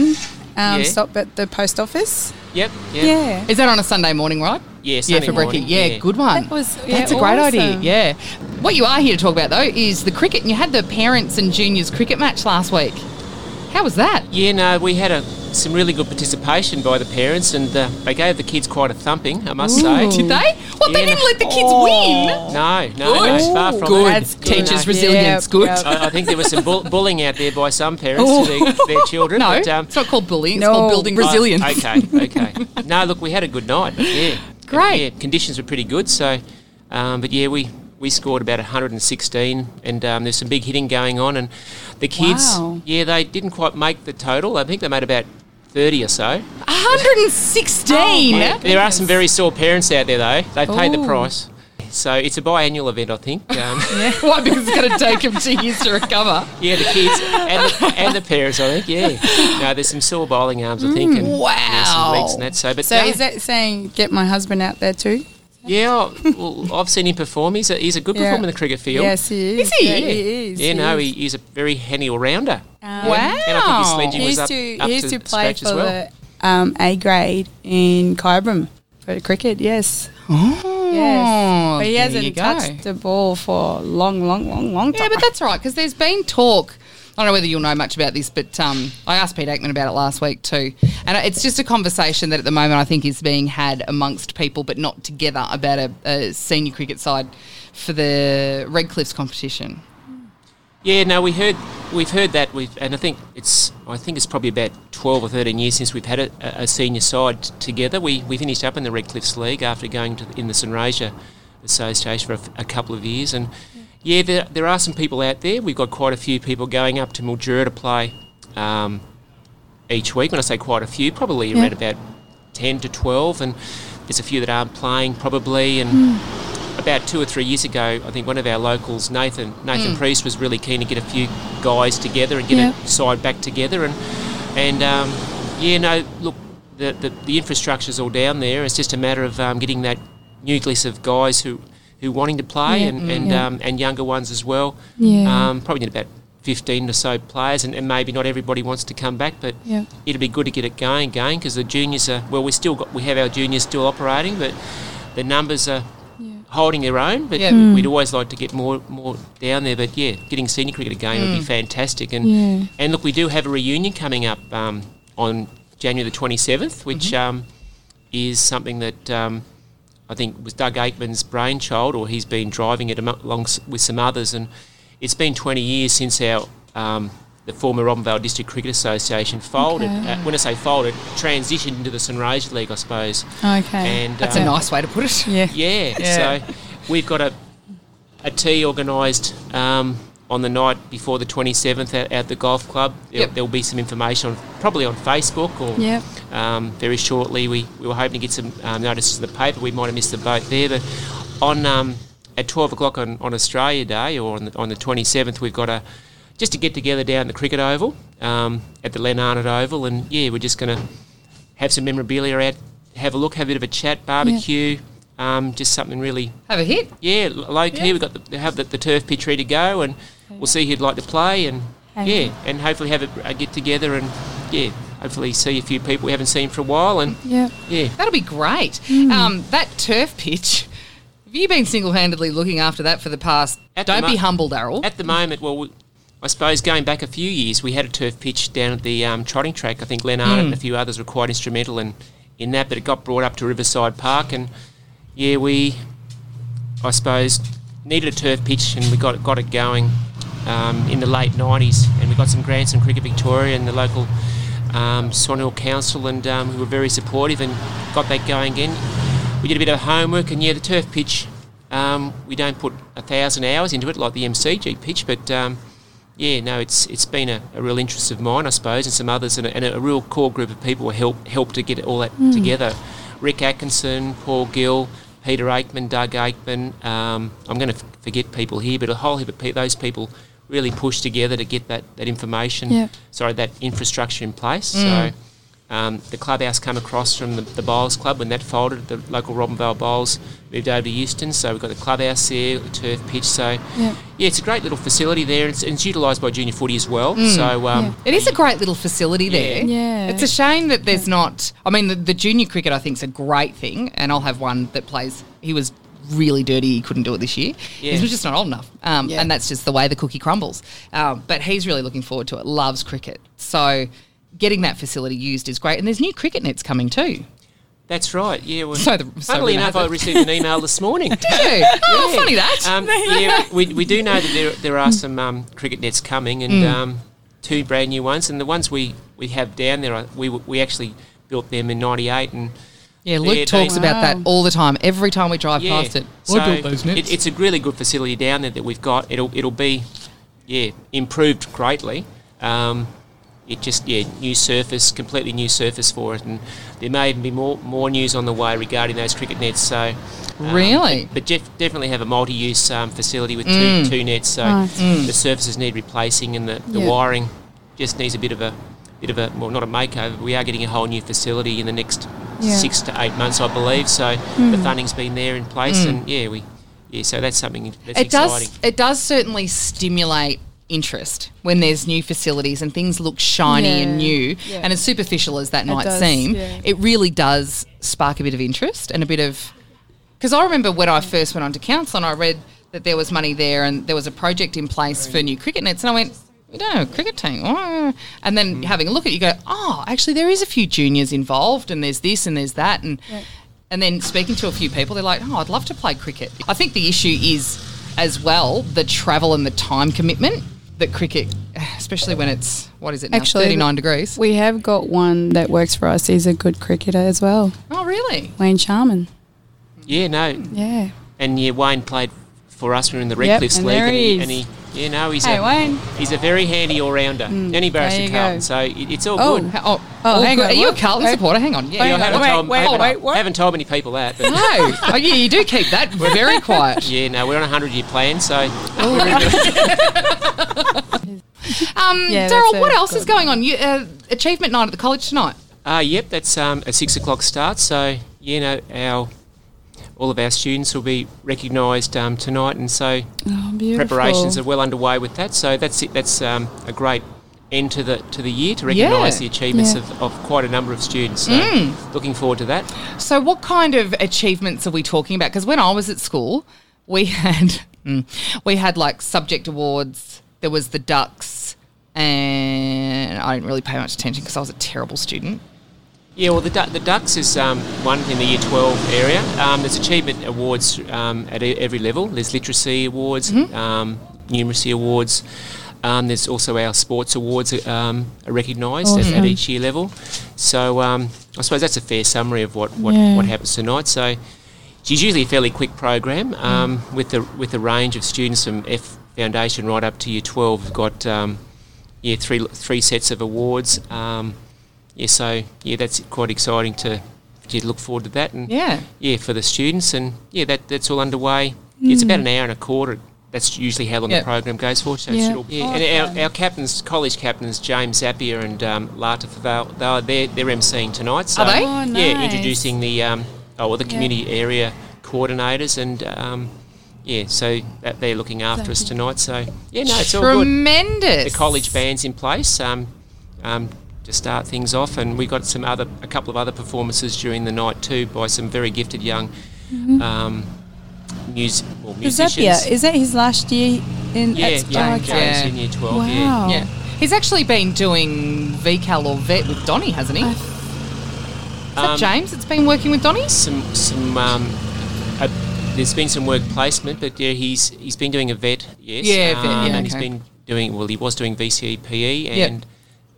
Speaker 4: um,
Speaker 3: Yeah.
Speaker 4: stop at the post office.
Speaker 11: Yep. yep.
Speaker 4: Yeah.
Speaker 3: Is that on a Sunday morning, right?
Speaker 11: Yeah,
Speaker 3: yeah,
Speaker 11: Sunday
Speaker 3: for brekkie.
Speaker 11: morning,
Speaker 3: Yeah,
Speaker 11: yeah.
Speaker 3: good one.
Speaker 4: That was-
Speaker 3: That's
Speaker 4: yeah,
Speaker 3: a great idea.
Speaker 4: awesome.
Speaker 3: Yeah. What you are here to talk about though is the cricket, and you had the parents and juniors cricket match last week. How was that?
Speaker 11: Yeah, no, we had a, some really good participation by the parents, and uh, they gave the kids quite a thumping, I must say.
Speaker 3: Did they? Well, they
Speaker 11: Yeah. Oh.
Speaker 3: didn't let the kids win.
Speaker 11: No, no,
Speaker 3: Good.
Speaker 11: no, far from
Speaker 3: Good.
Speaker 11: that.
Speaker 3: That's good. Teachers'
Speaker 11: no.
Speaker 3: resilience, good.
Speaker 11: I, I think there was some bull- bullying out there by some parents
Speaker 3: Ooh.
Speaker 11: to their, their children.
Speaker 3: No,
Speaker 11: but, um,
Speaker 3: it's not called bullying. It's
Speaker 4: No.
Speaker 3: called building
Speaker 11: oh,
Speaker 3: resilience.
Speaker 11: okay, okay. No, look, we had a good night. Yeah,
Speaker 3: Great.
Speaker 11: Yeah, conditions were pretty good. So, um, but yeah, we we scored about 116, and um, there's some big hitting going on, and the kids,
Speaker 4: Wow.
Speaker 11: yeah, they didn't quite make the total. I think they made about 30 or so.
Speaker 3: 116.
Speaker 11: Oh, There are some very sore parents out there, though. They paid
Speaker 3: Ooh.
Speaker 11: the price. So it's a biannual event, I think. Um,
Speaker 3: Why? Because it's going to take them two years to recover.
Speaker 11: Yeah, the kids and the, and the parents, I think. Yeah. No, there's some sore bowling arms, I think, and yeah, some
Speaker 3: wow.
Speaker 11: legs and that. So, but
Speaker 4: mm. So
Speaker 11: no,
Speaker 4: is that saying get my husband out there too?
Speaker 11: yeah, well, I've seen him perform. He's a, he's a good
Speaker 4: Yeah.
Speaker 11: performer in the cricket field.
Speaker 4: Yes, he is.
Speaker 3: Is he?
Speaker 4: Yeah, he is.
Speaker 11: yeah, no,
Speaker 4: is.
Speaker 11: he, he's a very handy all rounder.
Speaker 4: Um,
Speaker 3: Wow.
Speaker 11: And I think his sledging
Speaker 4: He
Speaker 11: was
Speaker 4: used
Speaker 11: up,
Speaker 4: to,
Speaker 11: up
Speaker 4: he used to, play
Speaker 11: scratch
Speaker 4: for
Speaker 11: as well.
Speaker 4: the um, A grade in Kyabram for cricket. Yes. Oh. Yes. But he
Speaker 3: there you
Speaker 4: hasn't
Speaker 3: go.
Speaker 4: touched the ball for a long, long, long, long
Speaker 3: Yeah,
Speaker 4: time.
Speaker 3: but that's right because there's been talk. I don't know whether you'll know much about this, but um, I asked Pete Aikman about it last week too, and it's just a conversation that at the moment I think is being had amongst people, but not together about a, a senior cricket side for the Redcliffs competition.
Speaker 11: Yeah, no, we heard we've heard that we've, and I think it's I think it's probably about twelve or thirteen years since we've had a, a senior side t- together. We we finished up in the Redcliffs League after going to the, in the Sunraysia Association for a f- a, couple of years, and yeah, there there are some people out there. We've got quite a few people going up to Mildura to play um, each week. When I say quite a few, probably around about ten to twelve, and there's a few that aren't playing probably, and about two or three years ago, I think one of our locals, Nathan
Speaker 4: Mm.
Speaker 11: Nathan Priest, was really keen to get a few guys together and get a side back together. And and um, yeah, no, look, the, the the infrastructure's all down there. It's just a matter of um, getting that nucleus of guys who who wanting to play
Speaker 4: Yeah.
Speaker 11: and and, um, and younger ones as well.
Speaker 4: Yeah.
Speaker 11: Um, probably need about. 15 or so players, and, and maybe not everybody wants to come back, but
Speaker 4: Yeah.
Speaker 11: it'd be good to get it going, going because the juniors are well. We still got we have our juniors still operating, but the numbers are holding their own, but
Speaker 3: Yeah.
Speaker 4: Mm.
Speaker 11: we'd always like to get more more down there. But yeah, getting senior cricket again would
Speaker 3: Mm.
Speaker 11: be fantastic. And
Speaker 4: Yeah.
Speaker 11: and look, we do have a reunion coming up um, on January the twenty seventh, which
Speaker 3: Mm-hmm.
Speaker 11: um, is something that um, I think was Doug Aikman's brainchild, or he's been driving it amo- along s- with some others. And it's been twenty years since our um, the former Robinvale District Cricket Association folded. Uh, when I say folded, transitioned into the Sunraysia League, I suppose.
Speaker 4: okay.
Speaker 11: And
Speaker 3: That's
Speaker 11: um,
Speaker 3: a nice way to put it.
Speaker 4: yeah.
Speaker 11: yeah. So we've got a, a tea organised um, on the night before the 27th at, at the golf club. There,
Speaker 3: Yep.
Speaker 11: There'll be some information on, probably on Facebook or
Speaker 4: Yep.
Speaker 11: um, very shortly. We, we were hoping to get some um, notices in the paper. We might have missed the boat there, but on um, at 12 o'clock on, on Australia Day or on the, on the 27th, we've got a just to get together down at the cricket oval um, at the Len Arnott Oval, and yeah, we're just going to have some memorabilia out, have a look, have a bit of a chat, barbecue, um, just something really,
Speaker 3: Have a hit.
Speaker 11: yeah, l- low key. We've got the, they have the, the turf pitch ready to go, and we'll see who'd like to play, and
Speaker 4: Okay.
Speaker 11: yeah, and hopefully have a, a get together, and yeah, hopefully see a few people we haven't seen for a while, and
Speaker 4: Yeah.
Speaker 11: yeah.
Speaker 3: That'll be great.
Speaker 4: Mm.
Speaker 3: Um, that turf pitch. Have you been single-handedly looking after that for the past?
Speaker 11: At the
Speaker 3: don't be
Speaker 11: mo-
Speaker 3: humble, Daryl.
Speaker 11: At the moment, well, we, I suppose going back a few years, we had a turf pitch down at the um, trotting track. I think Len Arnott
Speaker 3: Hmm.
Speaker 11: and a few others were quite instrumental in, in that, but it got brought up to Riverside Park, and yeah, we, I suppose, needed a turf pitch, and we got got it going um, in the late '90s, and we got some grants from Cricket Victoria and the local. Um, Swanhill Council and um, who were very supportive and got that going again we did a bit of homework, and yeah, the turf pitch. Um, we don't put a thousand hours into it like the MCG pitch, but um, yeah, no, it's it's been a, a real interest of mine, I suppose, and some others, and a, and a real core group of people were help helped to get all that together. Rick Atkinson, Paul Gill, Peter Aikman, Doug Aikman. Um, I'm going to f- forget people here, but a whole heap of pe- those people really pushed together to get that that information.
Speaker 4: Yep.
Speaker 11: Sorry, that infrastructure in place. So Um, the clubhouse came across from the, the bowls club when that folded. The local Robinvale bowls moved over to Euston, so we've got the clubhouse there, the turf pitch. So
Speaker 3: Yeah.
Speaker 11: yeah, it's a great little facility there, and it's, it's utilised by junior footy as well.
Speaker 3: Mm.
Speaker 11: So um,
Speaker 3: It is a great little facility there.
Speaker 4: Yeah.
Speaker 3: It's a shame that there's not. I mean, the, the junior cricket I think is a great thing, and I'll have one that plays. He was really dirty. He couldn't do it this year.
Speaker 11: Yeah.
Speaker 3: He was just not old enough, um, and that's just the way the cookie crumbles. Um, but he's really looking forward to it. Loves cricket, so getting that facility used is great. And there's new cricket nets coming too.
Speaker 11: That's right. Yeah. Well,
Speaker 3: So the- so
Speaker 11: funnily
Speaker 3: we know
Speaker 11: enough,
Speaker 3: that.
Speaker 11: I received an email this morning. Did
Speaker 3: you? Oh, funny that.
Speaker 11: Um, yeah, we, we do know that there, there are some um, cricket nets coming, and
Speaker 3: Mm.
Speaker 11: um, two brand new ones, and the ones we, we have down there, are- we we actually built them in '98, and
Speaker 3: Yeah, Luke
Speaker 11: they're-
Speaker 3: talks
Speaker 11: they-
Speaker 3: about that all the time. Every time we drive
Speaker 11: yeah.
Speaker 3: past it,
Speaker 11: So it- it's a really good facility down there that we've got. It'll it'll be, yeah, improved greatly. Um, it just yeah, new surface, completely new surface for it, and there may even be more more news on the way regarding those cricket nets. So. um,
Speaker 3: Really?
Speaker 11: but, but def- definitely have a multi-use um, facility with two,
Speaker 3: Mm.
Speaker 11: two nets, so
Speaker 3: Nice. Mm.
Speaker 11: the surfaces need replacing, and the, the
Speaker 3: Yeah.
Speaker 11: wiring just needs a bit of a bit of a well, not a makeover. But we are getting a whole new facility in the next
Speaker 3: Yeah.
Speaker 11: six to eight months, I believe. So the
Speaker 3: Mm.
Speaker 11: funding's been there in place,
Speaker 3: Mm.
Speaker 11: and yeah, we yeah. So that's something that's
Speaker 3: it
Speaker 11: exciting.
Speaker 3: does it does certainly stimulate interest when there's new facilities and things look shiny and
Speaker 12: Yeah,
Speaker 3: new
Speaker 12: yeah.
Speaker 3: and as superficial as that
Speaker 12: It
Speaker 3: might
Speaker 12: does,
Speaker 3: seem
Speaker 12: yeah.
Speaker 3: it really does spark a bit of interest and a bit of because i remember when i first went on to council and i read that there was money there and there was a project in place for new cricket nets and i went we don't have a cricket team oh." and then having a look at it you go oh actually there is a few juniors involved and there's this and there's that and and then speaking to a few people, they're like, oh, I'd love to play cricket. I think the issue is, as well, the travel and the time commitment that cricket, especially when it's, what is it now, 39 degrees.
Speaker 4: We have got one that works for us. He's a good cricketer as well.
Speaker 3: Oh, really?
Speaker 4: Wayne Sharman.
Speaker 11: Yeah, no,
Speaker 4: Yeah.
Speaker 11: and yeah, Wayne played for us. We were in the
Speaker 4: Yep,
Speaker 11: Redcliffs
Speaker 4: and
Speaker 11: League,
Speaker 4: there
Speaker 11: and,
Speaker 4: he
Speaker 11: he,
Speaker 4: is.
Speaker 11: and he, yeah, no, he's
Speaker 4: Hey,
Speaker 11: a
Speaker 4: Wayne.
Speaker 11: he's a very handy all rounder.
Speaker 4: Mm,
Speaker 11: Any barrister
Speaker 4: there you
Speaker 11: Carlton,
Speaker 4: go.
Speaker 11: so it, it's all
Speaker 4: Oh,
Speaker 11: good.
Speaker 4: ha- oh, oh, hang
Speaker 3: good.
Speaker 4: on,
Speaker 3: Are you a
Speaker 4: what?
Speaker 3: Carlton
Speaker 4: Wait,
Speaker 3: supporter? Hang on. Yeah,
Speaker 11: Yeah, I
Speaker 3: you
Speaker 11: haven't, told,
Speaker 3: wait,
Speaker 11: haven't,
Speaker 3: wait, wait.
Speaker 11: haven't told many people that. But
Speaker 3: No. oh, yeah, you do keep that very quiet.
Speaker 11: Yeah, no, we're on a hundred-year plan, so
Speaker 3: Um,
Speaker 11: Yeah, that's
Speaker 3: Daryl,
Speaker 11: a
Speaker 3: what else is going on? You, uh, achievement night at the college tonight.
Speaker 11: Uh, yep, that's um, a six o'clock start. So you know, our all of our students will be recognised um, tonight, and so
Speaker 4: Oh, beautiful.
Speaker 11: preparations are well underway with that. So that's it. That's um, a great end to the to the year to recognise
Speaker 3: Yeah.
Speaker 11: the achievements
Speaker 3: Yeah.
Speaker 11: of, of quite a number of students. So
Speaker 3: Mm.
Speaker 11: looking forward to that.
Speaker 3: So, what kind of achievements are we talking about? Because when I was at school, we had mm, we had like subject awards. There was the ducks, and I didn't really pay much attention because I was a terrible student.
Speaker 11: Yeah, well, the, Du- the Ducks is um, one in the Year 12 area. Um, there's achievement awards um, at e- every level. There's literacy awards,
Speaker 13: Mm-hmm.
Speaker 11: um, numeracy awards. Um, there's also our sports awards uh, um, are recognised at,
Speaker 13: Awesome.
Speaker 11: at each year level. So um, I suppose that's a fair summary of what, what,
Speaker 13: Yeah.
Speaker 11: what happens tonight. So it's usually a fairly quick program
Speaker 3: Mm.
Speaker 11: um, with the with a range of students from F Foundation right up to Year 12. We've got um, yeah three three sets of awards. Um, yeah, so yeah, that's quite exciting to to look forward to that and
Speaker 3: Yeah.
Speaker 11: yeah for the students and yeah that that's all underway. Yeah, it's
Speaker 3: Mm.
Speaker 11: about an hour and a quarter. That's usually how long
Speaker 3: Yeah.
Speaker 11: the program goes for. So it
Speaker 3: Yeah.
Speaker 11: should all be.
Speaker 3: Oh,
Speaker 11: and our, our captains, college captains, James Zappier and um, Lata Favel, they are they're, they're emceeing tonight. So
Speaker 3: Are they? Oh,
Speaker 11: yeah,
Speaker 3: nice.
Speaker 11: introducing the um, oh well the
Speaker 3: Yeah.
Speaker 11: community area coordinators and um, yeah, so that they're looking after us tonight. So yeah, no, it's all good.
Speaker 3: Tremendous.
Speaker 11: The college band's in place um, um, to start things off, and we got some other a couple of other performances during the night too by some very gifted young
Speaker 3: Mm-hmm.
Speaker 12: Mhm.
Speaker 11: um, mus- well, musicians.
Speaker 12: Zapia, is that his last year in
Speaker 11: Yeah,
Speaker 12: at-
Speaker 11: yeah,
Speaker 12: oh,
Speaker 11: James
Speaker 12: okay.
Speaker 11: in year 12, yeah.
Speaker 12: Wow.
Speaker 3: Yeah, he's actually been doing VCAL or VET with Donnie, hasn't he? Is that
Speaker 11: Um,
Speaker 3: James? It's been working with Donnie.
Speaker 11: Some some um, uh, there's been some work placement, but yeah, he's he's been doing a vet. Yes,
Speaker 3: Yeah, vet,
Speaker 11: um,
Speaker 3: yeah,
Speaker 11: and he's
Speaker 3: okay.
Speaker 11: been doing well. He was doing VCEPE
Speaker 3: Yep.
Speaker 11: E and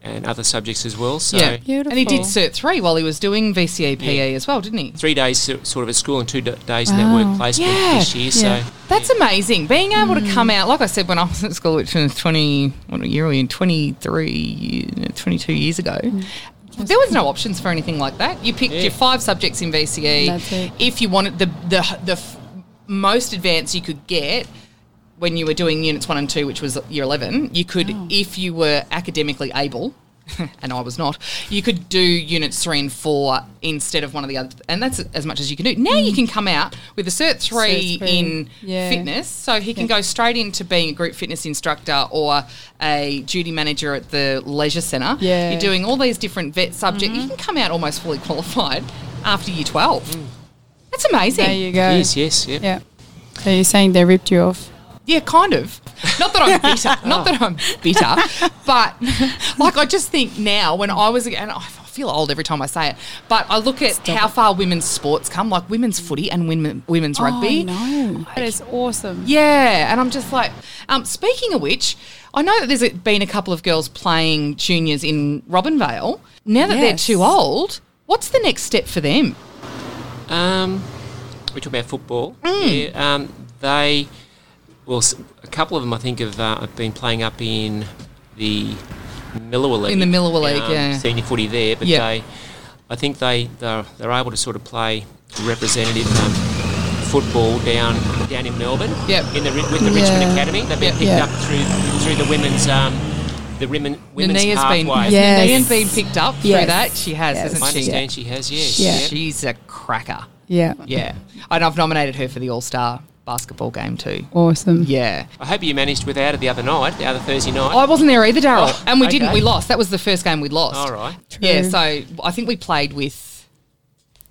Speaker 11: and other subjects as well. So
Speaker 3: yeah, And he did Cert Three while he was doing VCAPA
Speaker 11: Yeah.
Speaker 3: E as well, didn't he?
Speaker 11: three days so- sort of at school and two d- days in
Speaker 3: Wow.
Speaker 11: that work placement this year. So
Speaker 3: that's amazing. Being able to come out, like I said when I was at school, which was 20, what year were we in? 23, 22 years ago.
Speaker 4: Mm.
Speaker 3: There was no options for anything like that. You picked
Speaker 12: Yeah.
Speaker 3: your five subjects in VCE.
Speaker 12: That's it.
Speaker 3: If you wanted the, the, the f- most advanced you could get
Speaker 12: Oh.
Speaker 3: when you were doing units one and two, which was year 11, you could, if you were academically able, and I was not, you could do units three and four instead of one of the other, and that's as much as you can do. Now you can come out with a cert three,
Speaker 12: Mm. Cert three.
Speaker 3: in
Speaker 12: Yeah.
Speaker 3: fitness, so he can
Speaker 12: Yeah.
Speaker 3: go straight into being a group fitness instructor or a duty manager at the leisure centre.
Speaker 12: Yeah.
Speaker 3: You're doing all these different vet subjects.
Speaker 4: Mm-hmm.
Speaker 3: You can come out almost fully qualified after year 12. That's amazing.
Speaker 4: There you go.
Speaker 11: Yes, yes, yep.
Speaker 4: Yeah. So you're saying they ripped you off?
Speaker 3: Yeah, kind of. Not that I'm bitter. Not that I'm bitter, but like I just think now when I was and I feel old every time I say it, but I look at how far women's sports come, like women's footy and women, women's rugby.
Speaker 4: Oh, no. That is awesome.
Speaker 3: Yeah, and I'm just like, um, speaking of which, I know that there's a- been a couple of girls playing juniors in Robinvale. Now that
Speaker 12: Yes.
Speaker 3: they're too old, what's the next step for them?
Speaker 11: Um, we talk about football. Yeah, um, they, well, s- a couple of them I think have, uh, have been playing up in the Millwall League. Um,
Speaker 3: In the Millwall League, yeah.
Speaker 11: Senior footy there, but
Speaker 3: Yeah.
Speaker 11: they, I think they they're, they're able to sort of play representative um, football down down in Melbourne.
Speaker 3: Yep.
Speaker 11: In the Ri- with the
Speaker 4: Yeah.
Speaker 11: Richmond Academy, they've been
Speaker 3: Yep.
Speaker 11: picked
Speaker 4: Yeah.
Speaker 11: up through through the women's um, the women, women's
Speaker 3: Nanea's been,
Speaker 11: pathway.
Speaker 3: has
Speaker 4: Yes.
Speaker 3: Nanae's been picked up through
Speaker 4: Yes.
Speaker 3: that. She
Speaker 4: Yes.
Speaker 3: has,
Speaker 11: I
Speaker 3: hasn't she?
Speaker 11: understand she has, yes.
Speaker 4: Yeah.
Speaker 11: Yep.
Speaker 3: She's a cracker.
Speaker 4: Yeah.
Speaker 3: Yeah. And I've nominated her for the All Star basketball game too.
Speaker 4: Awesome.
Speaker 3: Yeah.
Speaker 11: I hope you managed without it the other night, the other Thursday night.
Speaker 3: I wasn't there either, Daryl.
Speaker 11: Oh,
Speaker 3: and we
Speaker 11: okay.
Speaker 3: didn't. We lost. That was the first game we lost.
Speaker 11: All right.
Speaker 3: Yeah. So I think we played with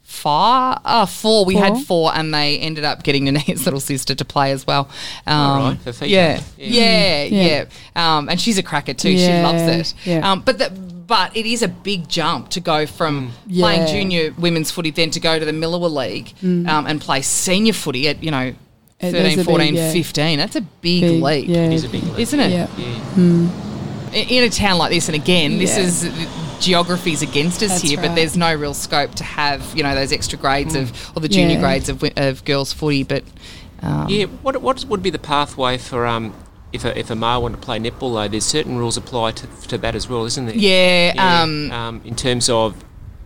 Speaker 3: five, uh, four. We had
Speaker 4: Four.
Speaker 3: four, and they ended up getting Nanee's little sister to play as well. Um,
Speaker 11: All right, for FIFA.
Speaker 3: Yeah. Yeah.
Speaker 11: Yeah.
Speaker 3: Yeah.
Speaker 4: Mm. Yeah.
Speaker 3: Um, and she's a cracker too. She
Speaker 4: Yeah,
Speaker 3: loves it.
Speaker 4: yeah.
Speaker 3: Um, but the, but it is a big jump to go from
Speaker 4: Mm.
Speaker 3: playing
Speaker 4: Yeah. Mm.
Speaker 3: junior women's footy then to go to the Miller League um, and play senior footy at you know.
Speaker 4: It is
Speaker 3: 13,
Speaker 4: a big,
Speaker 3: 14,
Speaker 4: yeah.
Speaker 3: 15. That's a big,
Speaker 4: Big,
Speaker 3: league,
Speaker 4: yeah.
Speaker 11: It is a big league.
Speaker 3: isn't it?
Speaker 4: Yeah. Hmm.
Speaker 11: Yeah.
Speaker 3: I- in a town like this, and again, this
Speaker 4: Yeah.
Speaker 3: is geography's against us
Speaker 4: That's
Speaker 3: here, but
Speaker 4: right. Mm.
Speaker 3: there's no real scope to have you know those extra grades of or the junior
Speaker 4: Yeah.
Speaker 3: grades of, wi- of girls footy. But um,
Speaker 11: Yeah, what, what would be the pathway for um, if a, if a male wanted to play netball though? There's certain rules apply to, to that as well, isn't there?
Speaker 3: Yeah, um,
Speaker 11: in terms of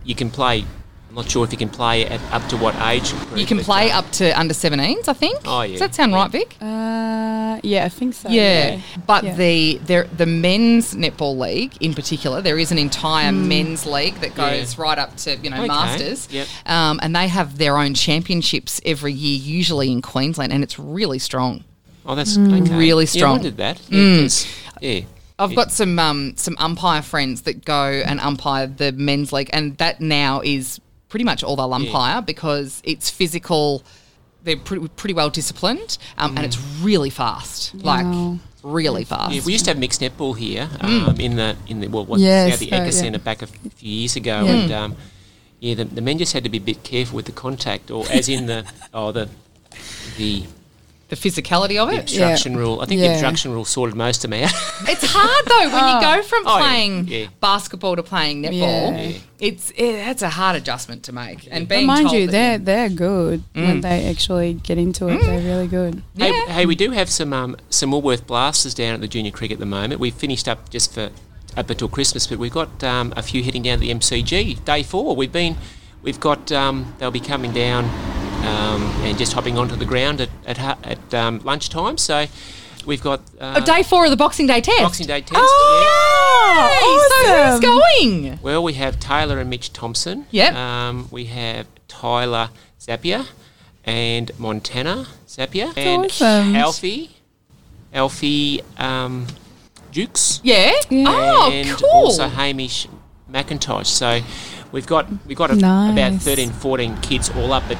Speaker 11: you can play. I'm not sure if you can play at up to what age. Group,
Speaker 3: you can
Speaker 11: but,
Speaker 3: play
Speaker 11: uh,
Speaker 3: up to under 17s, I think.
Speaker 11: Oh, yeah,
Speaker 3: Does that sound
Speaker 11: yeah.
Speaker 3: right, Vic?
Speaker 4: Uh, yeah, I think so.
Speaker 3: Yeah, but
Speaker 4: Yeah.
Speaker 3: the there, the men's netball league in particular, there is an entire
Speaker 4: Mm.
Speaker 3: men's league that
Speaker 11: Yeah.
Speaker 3: goes right up to you know
Speaker 11: Okay,
Speaker 3: masters,
Speaker 11: yep.
Speaker 3: um, and they have their own championships every year, usually in Queensland, and it's really strong.
Speaker 11: Oh, that's
Speaker 4: Mm.
Speaker 11: okay.
Speaker 3: Mm, Really
Speaker 11: Yeah, I
Speaker 3: strong. Mm.
Speaker 11: wondered that. Yeah, 'cause- yeah.
Speaker 3: I've
Speaker 11: Yeah.
Speaker 3: got some um, some umpire friends that go and umpire the men's league, and that now is pretty much all they'll umpire because it's physical. They're pretty, pretty well disciplined, um, and it's really fast,
Speaker 4: Wow.
Speaker 3: like really fast.
Speaker 11: Yeah, we used to have mixed netball here um, in the in the well, what's
Speaker 4: Mm. Yes,
Speaker 11: now the
Speaker 4: uh,
Speaker 11: Ecker
Speaker 4: yeah.
Speaker 11: Centre back a f- few years ago, and um, yeah, the, the men just had to be a bit careful with the contact, or as in the oh the the
Speaker 3: the physicality of it.
Speaker 11: obstruction rule. I think the
Speaker 4: Yeah.
Speaker 11: obstruction rule sorted most of them out.
Speaker 3: It's hard though when you go from
Speaker 11: Oh, yeah,
Speaker 3: playing
Speaker 11: yeah.
Speaker 3: basketball to playing
Speaker 4: Yeah.
Speaker 3: netball. It's it, that's a hard adjustment to make. And
Speaker 4: But
Speaker 3: being
Speaker 4: mind
Speaker 3: told
Speaker 4: you,
Speaker 3: that- Mm.
Speaker 4: they're they're good when they actually get into it. They're really good.
Speaker 11: hey, hey, we do have some um, some Woolworth blasters down at the junior cricket at the moment. We've finished up just for up until Christmas, but we've got um, a few heading down to the MCG day four. We've been we've got um, they'll be coming down um, and just hopping onto the ground at at, hu- at um, lunchtime. So we've got uh,
Speaker 3: Oh, day four of the Boxing Day test.
Speaker 11: Boxing Day test.
Speaker 3: Oh,
Speaker 4: awesome.
Speaker 3: yay! So who's going?
Speaker 11: yeah. Well, we have Taylor and Mitch Thompson.
Speaker 3: Yep.
Speaker 11: Um, we have Tyler Zappia and Montana Zappia and
Speaker 4: awesome.
Speaker 11: Alfie. Alfie um, Dukes.
Speaker 3: Yeah. Oh,
Speaker 11: and
Speaker 3: cool.
Speaker 11: also Hamish McIntosh. So we've got we've got a, about
Speaker 4: Nice.
Speaker 11: 13, 14 kids all up, but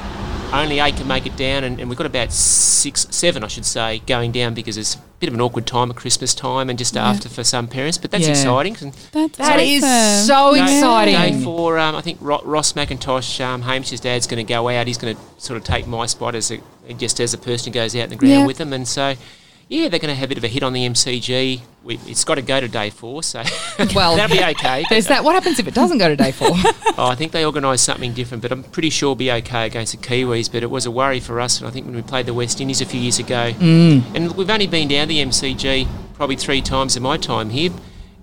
Speaker 11: only eight can make it down, and, and we've got about six, seven, I should say, going down because it's a bit of an awkward time at Christmas time and just after for some parents. But that's
Speaker 3: Yeah.
Speaker 11: exciting. And
Speaker 4: That's
Speaker 3: That is
Speaker 4: awesome.
Speaker 3: so
Speaker 11: day-
Speaker 3: exciting.
Speaker 11: Day four, um, I think Ro- Ross McIntosh, um, Hamish's dad's going to go out. He's going to sort of take my spot as a just as a person who goes out in the ground
Speaker 4: Yeah.
Speaker 11: with them, and so. Yeah, they're going to have a bit of a hit on the MCG. We, it's got to go to day four, so
Speaker 3: Well,
Speaker 11: that'll be okay.
Speaker 3: There's that. What happens if it doesn't go to day four?
Speaker 11: Oh, I think they organised something different, but I'm pretty sure it'll be okay against the Kiwis. But it was a worry for us, and I think when we played the West Indies a few years ago, and we've only been down the MCG probably three times in my time here.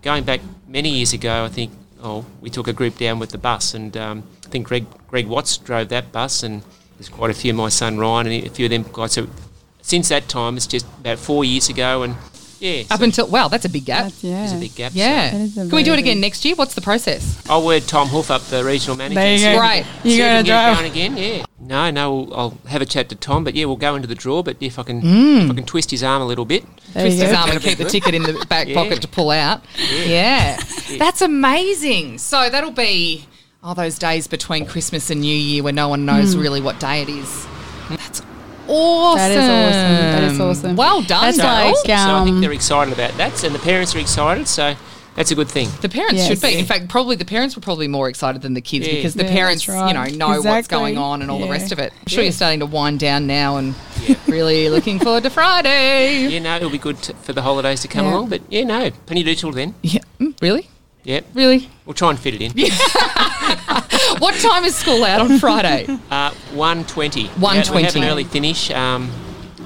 Speaker 11: Going back many years ago, I think oh we took a group down with the bus, and um, I think Greg Greg Watts drove that bus, and there's quite a few. My son Ryan and a few of them guys. So since that time, it's just about four years ago, and Yeah,
Speaker 3: Up
Speaker 11: so-
Speaker 3: until wow, that's a big gap.
Speaker 11: That's- yeah. It's a big gap,
Speaker 3: Yeah.
Speaker 11: so- That is a
Speaker 3: Can we do it
Speaker 11: very
Speaker 3: again next year? What's the process?
Speaker 11: I'll word Tom Hoof up, the regional manager.
Speaker 3: There you
Speaker 11: See
Speaker 3: go.
Speaker 11: if-
Speaker 3: Right.
Speaker 11: see if
Speaker 3: You're gonna
Speaker 11: we can get
Speaker 3: drive-
Speaker 11: going again. Yeah. No, no. We'll, I'll have a chat to Tom, but yeah, we'll go into the draw. But if I can,
Speaker 3: Mm.
Speaker 11: if I can twist his arm a little bit,
Speaker 3: Twist his arm and keep the ticket in the back
Speaker 11: Yeah.
Speaker 3: pocket to pull out. Yeah. That's amazing. So that'll be all those days between Christmas and New Year where no one knows
Speaker 4: Mm.
Speaker 3: really what day it is. That's awesome.
Speaker 4: That is awesome. That is awesome.
Speaker 3: Well done,
Speaker 4: That's
Speaker 3: girl.
Speaker 4: like,
Speaker 11: so I think
Speaker 4: um,
Speaker 11: they're excited about that, and the parents are excited. So that's a good thing.
Speaker 3: The parents should be.
Speaker 11: Yeah.
Speaker 3: In fact, probably the parents were probably more excited than the kids
Speaker 11: Yeah.
Speaker 3: because the
Speaker 11: Yeah,
Speaker 3: parents,
Speaker 11: that's right.
Speaker 3: you know, know what's
Speaker 11: Exactly.
Speaker 3: going on and all the
Speaker 11: Yeah.
Speaker 3: rest of it. I'm sure
Speaker 11: Yeah.
Speaker 3: you're starting to wind down now and really looking forward to Friday.
Speaker 11: You know, it'll be good t- for the holidays to come
Speaker 3: Yeah.
Speaker 11: along. But yeah, no, plenty to do till then.
Speaker 3: Yeah. Mm, Really?
Speaker 11: Yeah.
Speaker 3: Really?
Speaker 11: We'll try and fit it in.
Speaker 3: what time is school out on Friday?
Speaker 11: Uh, one twenty.
Speaker 3: 1:20.
Speaker 11: We have an early finish, um,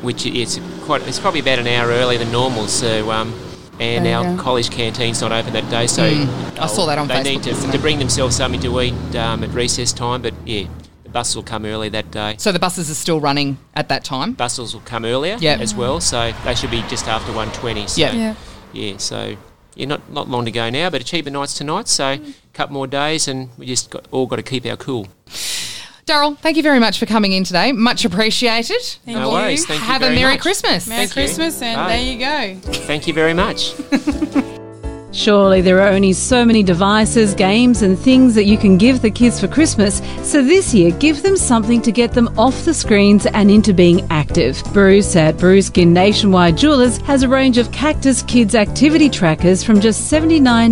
Speaker 11: which is quite. It's probably about an hour earlier than normal. So, um, and
Speaker 3: There you
Speaker 11: our
Speaker 3: go.
Speaker 11: college canteen's not open that day. So
Speaker 3: Mm. I saw that on
Speaker 11: they
Speaker 3: Facebook
Speaker 11: need to,
Speaker 3: yesterday.
Speaker 11: to bring themselves something to eat um, at recess time. But yeah, the bus will come early that day.
Speaker 3: So the buses are still running at that time.
Speaker 11: Bustles will come earlier
Speaker 3: Yep.
Speaker 11: as well. So they should be just after one twenty. So
Speaker 3: Yep. Yeah.
Speaker 11: yeah, So. Yeah, not, not long to go now, but Achiever Night's tonight, so
Speaker 3: Hmm.
Speaker 11: a couple more days and we just got, all got to keep our cool.
Speaker 3: Daryl, thank you very much for coming in today. Much appreciated.
Speaker 11: Thank No you. worries. Thank you
Speaker 3: Have a
Speaker 11: very
Speaker 3: Merry
Speaker 11: much.
Speaker 3: Christmas.
Speaker 11: Merry Thank you. Christmas and Bye. there you
Speaker 3: go.
Speaker 11: Thank you very much.
Speaker 8: Surely there are only so many devices, games, and things that you can give the kids for Christmas, so this year give them something to get them off the screens and into being active. Bruce at Brewskin Nationwide Jewelers has a range of Cactus Kids activity trackers from just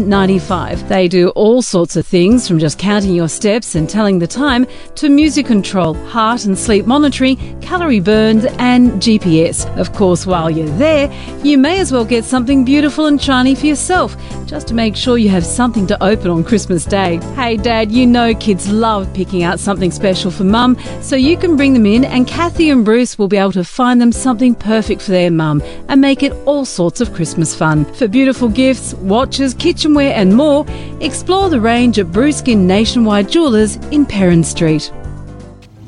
Speaker 8: $79.95. They do all sorts of things from just counting your steps and telling the time to music control, heart and sleep monitoring, calorie burns, and GPS. Of course, while you're there, you may as well get something beautiful and shiny for yourself, just to make sure you have something to open on Christmas Day. Hey, Dad, you know kids love picking out something special for mum, so you can bring them in, and Kathy and Bruce will be able to find them something perfect for their mum and make it all sorts of Christmas fun. For beautiful gifts, watches, kitchenware, and more, explore the range at Brewskin Nationwide Jewelers in Perrin Street.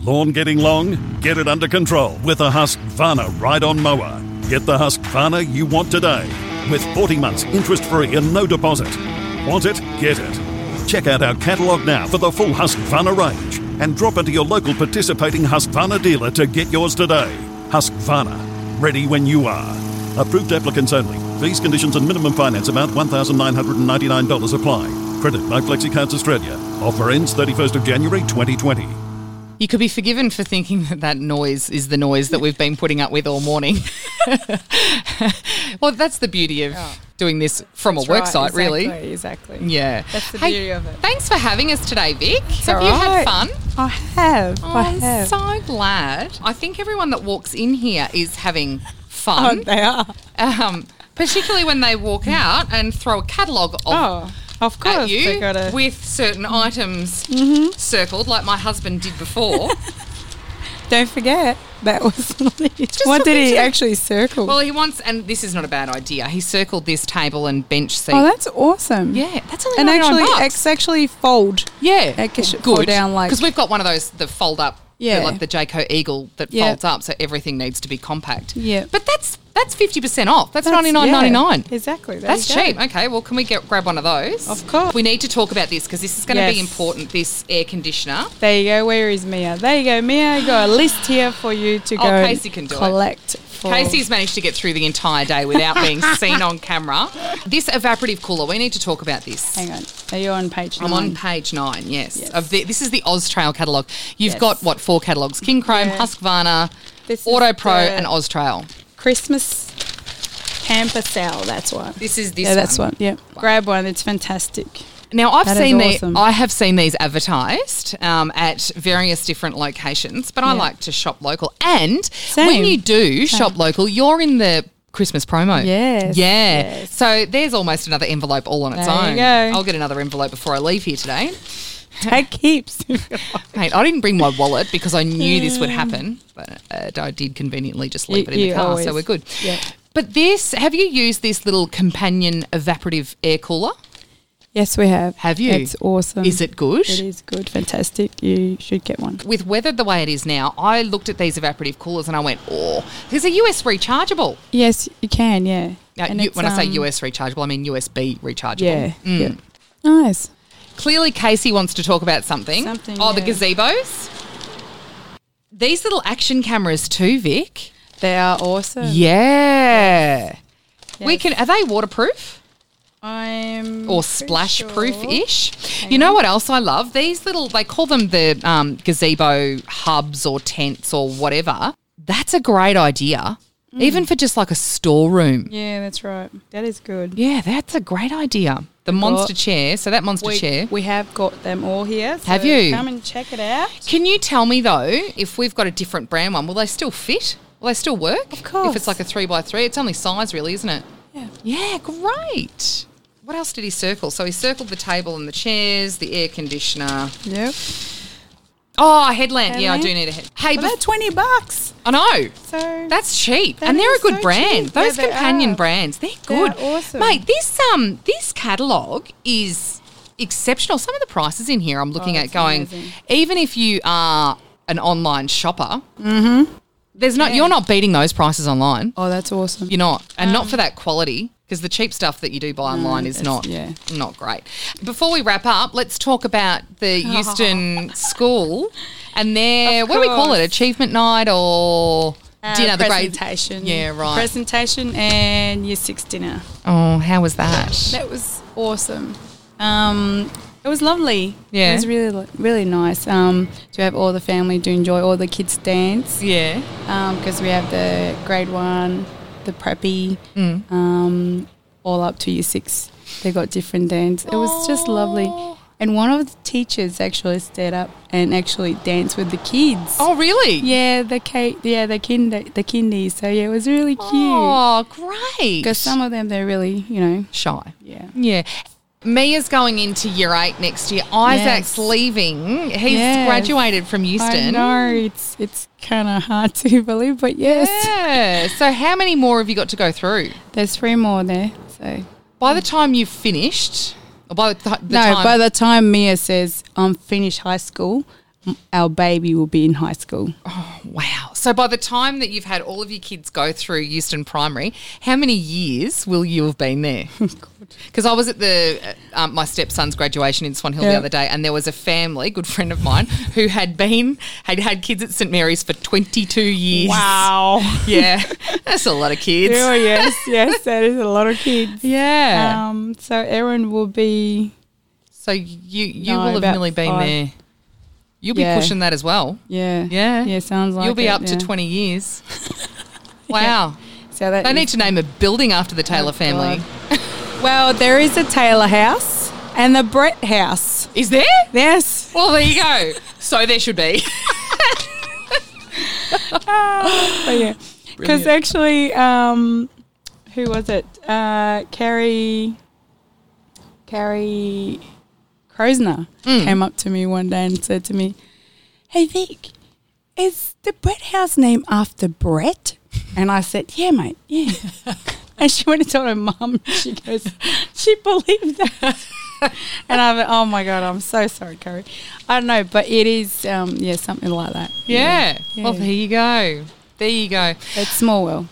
Speaker 6: Lawn getting long? Get it under control with a Husqvarna ride-on mower. Get the Husqvarna you want today with 40 months interest-free and no deposit. Want it? Get it. Check out our catalogue now for the full Husqvarna range and drop into your local participating Husqvarna dealer to get yours today. Husqvarna, ready when you are. Approved applicants only. Fees, conditions and minimum finance amount $1,999 apply. Credit by FlexiCards Australia. Offer ends 31st of January 2020.
Speaker 3: You could be forgiven for thinking that that noise is the noise that we've been putting up with all morning. well, that's the beauty of doing this from
Speaker 4: Oh. That's
Speaker 3: a work
Speaker 4: right,
Speaker 3: site, really.
Speaker 4: exactly, exactly.
Speaker 3: Yeah.
Speaker 4: That's the
Speaker 3: Hey,
Speaker 4: beauty of it.
Speaker 3: Thanks for having us today, Vic.
Speaker 4: It's
Speaker 3: have
Speaker 4: all
Speaker 3: you had
Speaker 4: right.
Speaker 3: fun?
Speaker 4: I have.
Speaker 3: Oh,
Speaker 4: I have.
Speaker 3: so glad. I think everyone that walks in here is having fun.
Speaker 4: Oh, they are.
Speaker 3: Um, particularly when they walk out and throw a catalogue of,
Speaker 4: Oh, of
Speaker 3: at
Speaker 4: course,
Speaker 3: you
Speaker 4: they gotta- Mm-hmm.
Speaker 3: with certain items circled, like my husband did before.
Speaker 4: Don't forget that was not it.
Speaker 3: Just
Speaker 4: What
Speaker 3: a
Speaker 4: did he
Speaker 3: picture.
Speaker 4: actually circle?
Speaker 3: Well, he wants, and this is not a bad idea. He circled this table and bench seat.
Speaker 4: oh, that's awesome.
Speaker 3: Yeah, that's only
Speaker 4: and
Speaker 3: 99
Speaker 4: actually,
Speaker 3: bucks.
Speaker 4: it's actually fold.
Speaker 3: Yeah,
Speaker 4: it can
Speaker 3: good.
Speaker 4: fold down like
Speaker 3: because we've got one of those the fold up. Yeah,
Speaker 4: Yeah.
Speaker 3: like the Jayco Eagle that
Speaker 4: Yeah.
Speaker 3: folds up, so everything needs to be compact.
Speaker 4: yeah.
Speaker 3: But that's that's fifty percent off. That's ninety nine
Speaker 4: yeah,
Speaker 3: ninety nine.
Speaker 4: Exactly. there
Speaker 3: That's
Speaker 4: you go.
Speaker 3: cheap. Okay, well, can we get grab one of those? Of course. We need to talk about this because this is going to be
Speaker 4: Yes.
Speaker 3: important. This air conditioner.
Speaker 4: There you go. Where is Mia? There you go, Mia. I got a list here for you to
Speaker 3: Oh,
Speaker 4: go and
Speaker 3: Casey can do it.
Speaker 4: collect. For
Speaker 3: Casey's managed to get through the entire day without being seen on camera. This evaporative cooler. We need to talk about this.
Speaker 4: Hang on. Are you on page
Speaker 3: I'm
Speaker 4: nine?
Speaker 3: on page nine. Yes, of the, this is the Oztrail catalog. You've
Speaker 4: Yes.
Speaker 3: got what four catalogs? King Chrome,
Speaker 4: Yeah.
Speaker 3: Husqvarna,
Speaker 4: This is
Speaker 3: Auto Pro,
Speaker 4: the
Speaker 3: and Oztrail.
Speaker 4: Christmas camper sale. That's one.
Speaker 3: This is this.
Speaker 4: yeah, that's
Speaker 3: one.
Speaker 4: one. Yeah. Grab one. It's fantastic.
Speaker 3: Now I've
Speaker 4: That is
Speaker 3: seen
Speaker 4: awesome.
Speaker 3: the, I have seen these advertised um, at various different locations, but I
Speaker 4: Yeah.
Speaker 3: like to shop local. And when
Speaker 4: Same.
Speaker 3: you do shop local, you're in the Christmas promo.
Speaker 4: Yes.
Speaker 3: Yeah. So there's almost another envelope all on its
Speaker 4: There you
Speaker 3: own.
Speaker 4: go.
Speaker 3: I'll get another envelope before I leave here today.
Speaker 4: Take keeps.
Speaker 3: Mate, I didn't bring my wallet because I knew this would happen, but uh, I did conveniently just leave
Speaker 4: You-
Speaker 3: it in the
Speaker 4: Mm. you
Speaker 3: car, so
Speaker 4: always-
Speaker 3: we're good.
Speaker 4: yeah.
Speaker 3: But this, have you used this little companion evaporative air cooler?
Speaker 4: Yes, we have.
Speaker 3: Have you?
Speaker 4: It's awesome.
Speaker 3: Is it good?
Speaker 4: It is good. Fantastic. You should get one.
Speaker 3: With weather the way it is now, I looked at these evaporative coolers and I went, oh, there's a US rechargeable.
Speaker 4: Yes, you can. Yeah.
Speaker 3: Now,
Speaker 4: And
Speaker 3: you-
Speaker 4: it's,
Speaker 3: when I say
Speaker 4: um,
Speaker 3: US rechargeable, I mean USB rechargeable.
Speaker 4: Yeah,
Speaker 3: Mm.
Speaker 4: yeah. Nice.
Speaker 3: Clearly, Casey wants to talk about something.
Speaker 4: Something,
Speaker 3: oh, the
Speaker 4: yeah.
Speaker 3: gazebos. These little action cameras too, Vic.
Speaker 4: They are awesome.
Speaker 3: Yeah. We
Speaker 4: Yes.
Speaker 3: can. Are they waterproof?
Speaker 4: I'm
Speaker 3: or splash proof ish. You know what else I love? These little, they call them the um, gazebo hubs or tents or whatever. That's a great idea,
Speaker 4: Mm.
Speaker 3: even for just like a storeroom.
Speaker 4: Yeah, that's right. That is good.
Speaker 3: Yeah, that's a great idea. The
Speaker 4: Got-
Speaker 3: monster chair. So that monster
Speaker 4: we,
Speaker 3: chair.
Speaker 4: We have got them all here. so
Speaker 3: Have you?
Speaker 4: Come and check it out.
Speaker 3: Can you tell me though, if we've got a different brand one, will they still fit? Will they still work? Of
Speaker 4: course.
Speaker 3: If it's like a three by three, it's only size really, isn't it? Yeah. Yeah, great. What else did he circle? So he circled the table and the chairs, the air conditioner.
Speaker 4: Yep.
Speaker 3: Oh, a headlamp. Yeah, I do
Speaker 4: Headlamp.
Speaker 3: need a head. Hey,
Speaker 4: Well, they're
Speaker 3: but
Speaker 4: twenty bucks.
Speaker 3: I know.
Speaker 4: So
Speaker 3: That's cheap,
Speaker 4: That
Speaker 3: and they're a
Speaker 4: is
Speaker 3: good
Speaker 4: so
Speaker 3: brand.
Speaker 4: cheap.
Speaker 3: Those
Speaker 4: Yeah, they
Speaker 3: companion
Speaker 4: are.
Speaker 3: brands, they're
Speaker 4: They
Speaker 3: good,
Speaker 4: are awesome.
Speaker 3: mate. This um this catalog is exceptional. Some of the prices in here, I'm looking
Speaker 4: Oh,
Speaker 3: at
Speaker 4: it's
Speaker 3: going,
Speaker 4: amazing.
Speaker 3: even if you are an online shopper,
Speaker 4: Mm-hmm.
Speaker 3: there's not you're not beating those prices online.
Speaker 4: oh, that's awesome. Um,
Speaker 3: You're not, and not for that quality because the cheap stuff that you do buy online is
Speaker 4: it's-
Speaker 3: not
Speaker 4: yeah.
Speaker 3: not great. Before we wrap up, let's talk about the Euston School and their
Speaker 4: Of
Speaker 3: what do we call it?
Speaker 4: course.
Speaker 3: Achievement night or
Speaker 4: Uh,
Speaker 3: dinner? The grade
Speaker 4: presentation.
Speaker 3: Yeah, right.
Speaker 4: Presentation and year six dinner.
Speaker 3: oh, how was that?
Speaker 4: That was awesome. Um, it was lovely.
Speaker 3: Yeah.
Speaker 4: It was really, lo- really nice um, to have all the family to enjoy all the kids dance
Speaker 3: Yeah.
Speaker 4: because we have the grade one, the preppy,
Speaker 3: Mm.
Speaker 4: um, all up to year six. They got different dance. It was just lovely. And one of the teachers actually stayed up and actually danced with the kids.
Speaker 3: Oh, really?
Speaker 4: Yeah, the Kate, yeah, the kinder, the kindies. So yeah, it was really cute.
Speaker 3: Oh, great.
Speaker 4: Because some of them they're really, you know,
Speaker 3: shy.
Speaker 4: yeah.
Speaker 3: Yeah. Mia's going into year eight next year. Isaac's
Speaker 4: Yes.
Speaker 3: leaving. He's
Speaker 4: Yes.
Speaker 3: graduated from
Speaker 4: I
Speaker 3: Euston.
Speaker 4: know it's it's kind of hard to believe, but yes,
Speaker 3: Yeah. So how many more have you got to go through?
Speaker 4: there's three more there. So
Speaker 3: By the time you've finished, or by the, ti the
Speaker 4: no,
Speaker 3: time,
Speaker 4: by the time Mia says I'm finished high school, m- our baby will be in high school.
Speaker 3: wow. So by the time that you've had all of your kids go through Euston Primary, how many years will you have been there? Because I was at the uh, um, my stepson's graduation in Swan Hill the
Speaker 4: Yeah.
Speaker 3: other day, and there was a family, good friend of mine, who had been had had kids at St Mary's for twenty two years. Yeah, that's a lot of kids.
Speaker 4: oh yes, yes, that is a lot of kids.
Speaker 3: Yeah.
Speaker 4: Um, so Erin will be
Speaker 3: So you you
Speaker 4: No,
Speaker 3: will have
Speaker 4: about
Speaker 3: nearly been
Speaker 4: five.
Speaker 3: there. You'll be
Speaker 4: Yeah.
Speaker 3: pushing that as well.
Speaker 4: yeah
Speaker 3: Yeah.
Speaker 4: yeah sounds like
Speaker 3: You'll be
Speaker 4: it,
Speaker 3: up to
Speaker 4: yeah.
Speaker 3: 20 years. wow.
Speaker 4: So that
Speaker 3: They
Speaker 4: is- Oh,
Speaker 3: need to name a building after the Taylor family.
Speaker 4: well, there is a Taylor house and the Brett house.
Speaker 3: Is there?
Speaker 4: Yes.
Speaker 3: Well, there you go. So there should be.
Speaker 4: But yeah, because actually, um, who was it? Uh, Carrie, Carrie Krosner came up to me one day and said to me, "Hey Vic, is the Brett house named after Brett?" And I said, "Yeah, mate, yeah." and she went and told her mum. She goes, "She believed that." and I went, "Oh my god, I'm so sorry, Carrie. I don't know, but it is, um, yeah, something like that.
Speaker 3: Yeah. Well,
Speaker 4: Yeah.
Speaker 3: there you go. There you go.
Speaker 4: It's small world.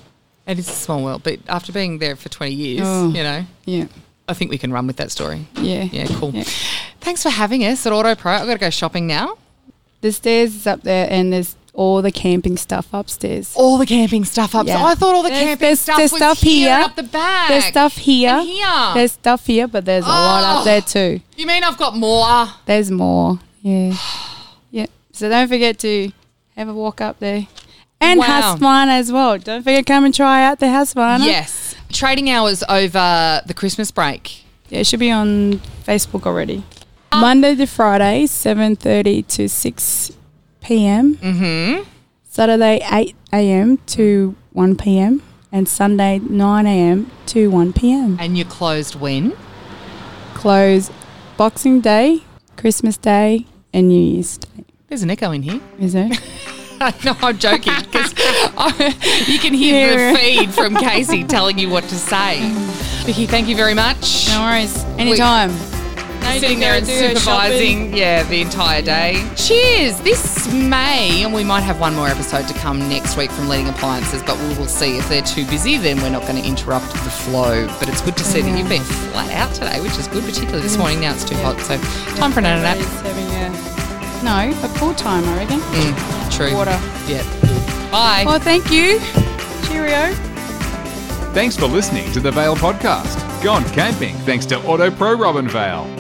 Speaker 3: It is a small world, but after being there for 20 years,
Speaker 4: Oh.
Speaker 3: you know,
Speaker 4: Yeah,
Speaker 3: I think we can run with that story.
Speaker 4: yeah,
Speaker 3: Yeah, cool.
Speaker 4: Yeah.
Speaker 3: Thanks for having us at Auto Pro. I've got to go shopping now.
Speaker 4: The stairs is up there, and there's all the camping stuff upstairs.
Speaker 3: All the camping stuff up.
Speaker 4: Yeah.
Speaker 3: I thought all the
Speaker 4: There's-
Speaker 3: camping
Speaker 4: there's-
Speaker 3: stuff
Speaker 4: there's
Speaker 3: was
Speaker 4: stuff
Speaker 3: here, and
Speaker 4: here.
Speaker 3: up the back.
Speaker 4: There's stuff here.
Speaker 3: And here.
Speaker 4: There's stuff here, but there's a lot
Speaker 3: Oh.
Speaker 4: up there too.
Speaker 3: you mean I've got more?
Speaker 4: There's more. Yeah. Yeah. So don't forget to have a walk up there. And
Speaker 3: Wow.
Speaker 4: Husqvarna as well. Don't forget come and try out the Husqvarna.
Speaker 3: Yes. Trading hours over the Christmas break.
Speaker 4: Yeah, it should be on Facebook already. Monday to Friday, 7.30 to 6 p.m. Mm-hmm. Saturday, 8 a.m. to 1 p.m. And Sunday, 9 a.m. to 1 p.m.
Speaker 3: And you're closed when?
Speaker 4: Close Boxing Day, Christmas Day, and New Year's Day.
Speaker 3: There's an echo in here.
Speaker 4: Is there?
Speaker 3: no, I'm joking because you can hear
Speaker 4: Yeah.
Speaker 3: the feed from Casey telling you what to say. Vicky, thank you very much.
Speaker 4: worries.
Speaker 3: Anytime.
Speaker 14: No, you
Speaker 3: sitting
Speaker 14: go
Speaker 3: there and
Speaker 14: do your
Speaker 3: supervising, yeah, the entire day. Cheers! This May, and we might have one more episode to come next week from Leading Appliances, but we will see. If they're too busy, then we're not going to interrupt the flow. But it's good to see that you've been flat out today, which is good, particularly this morning. Now it's too hot, so time for another nap.
Speaker 4: No, a full time, I reckon.
Speaker 3: Mm, true.
Speaker 4: Water.
Speaker 3: Yeah. Bye.
Speaker 4: Well, thank you. Cheerio.
Speaker 13: Thanks for listening to the Vale podcast. Gone camping thanks to Auto Pro Robin Vale.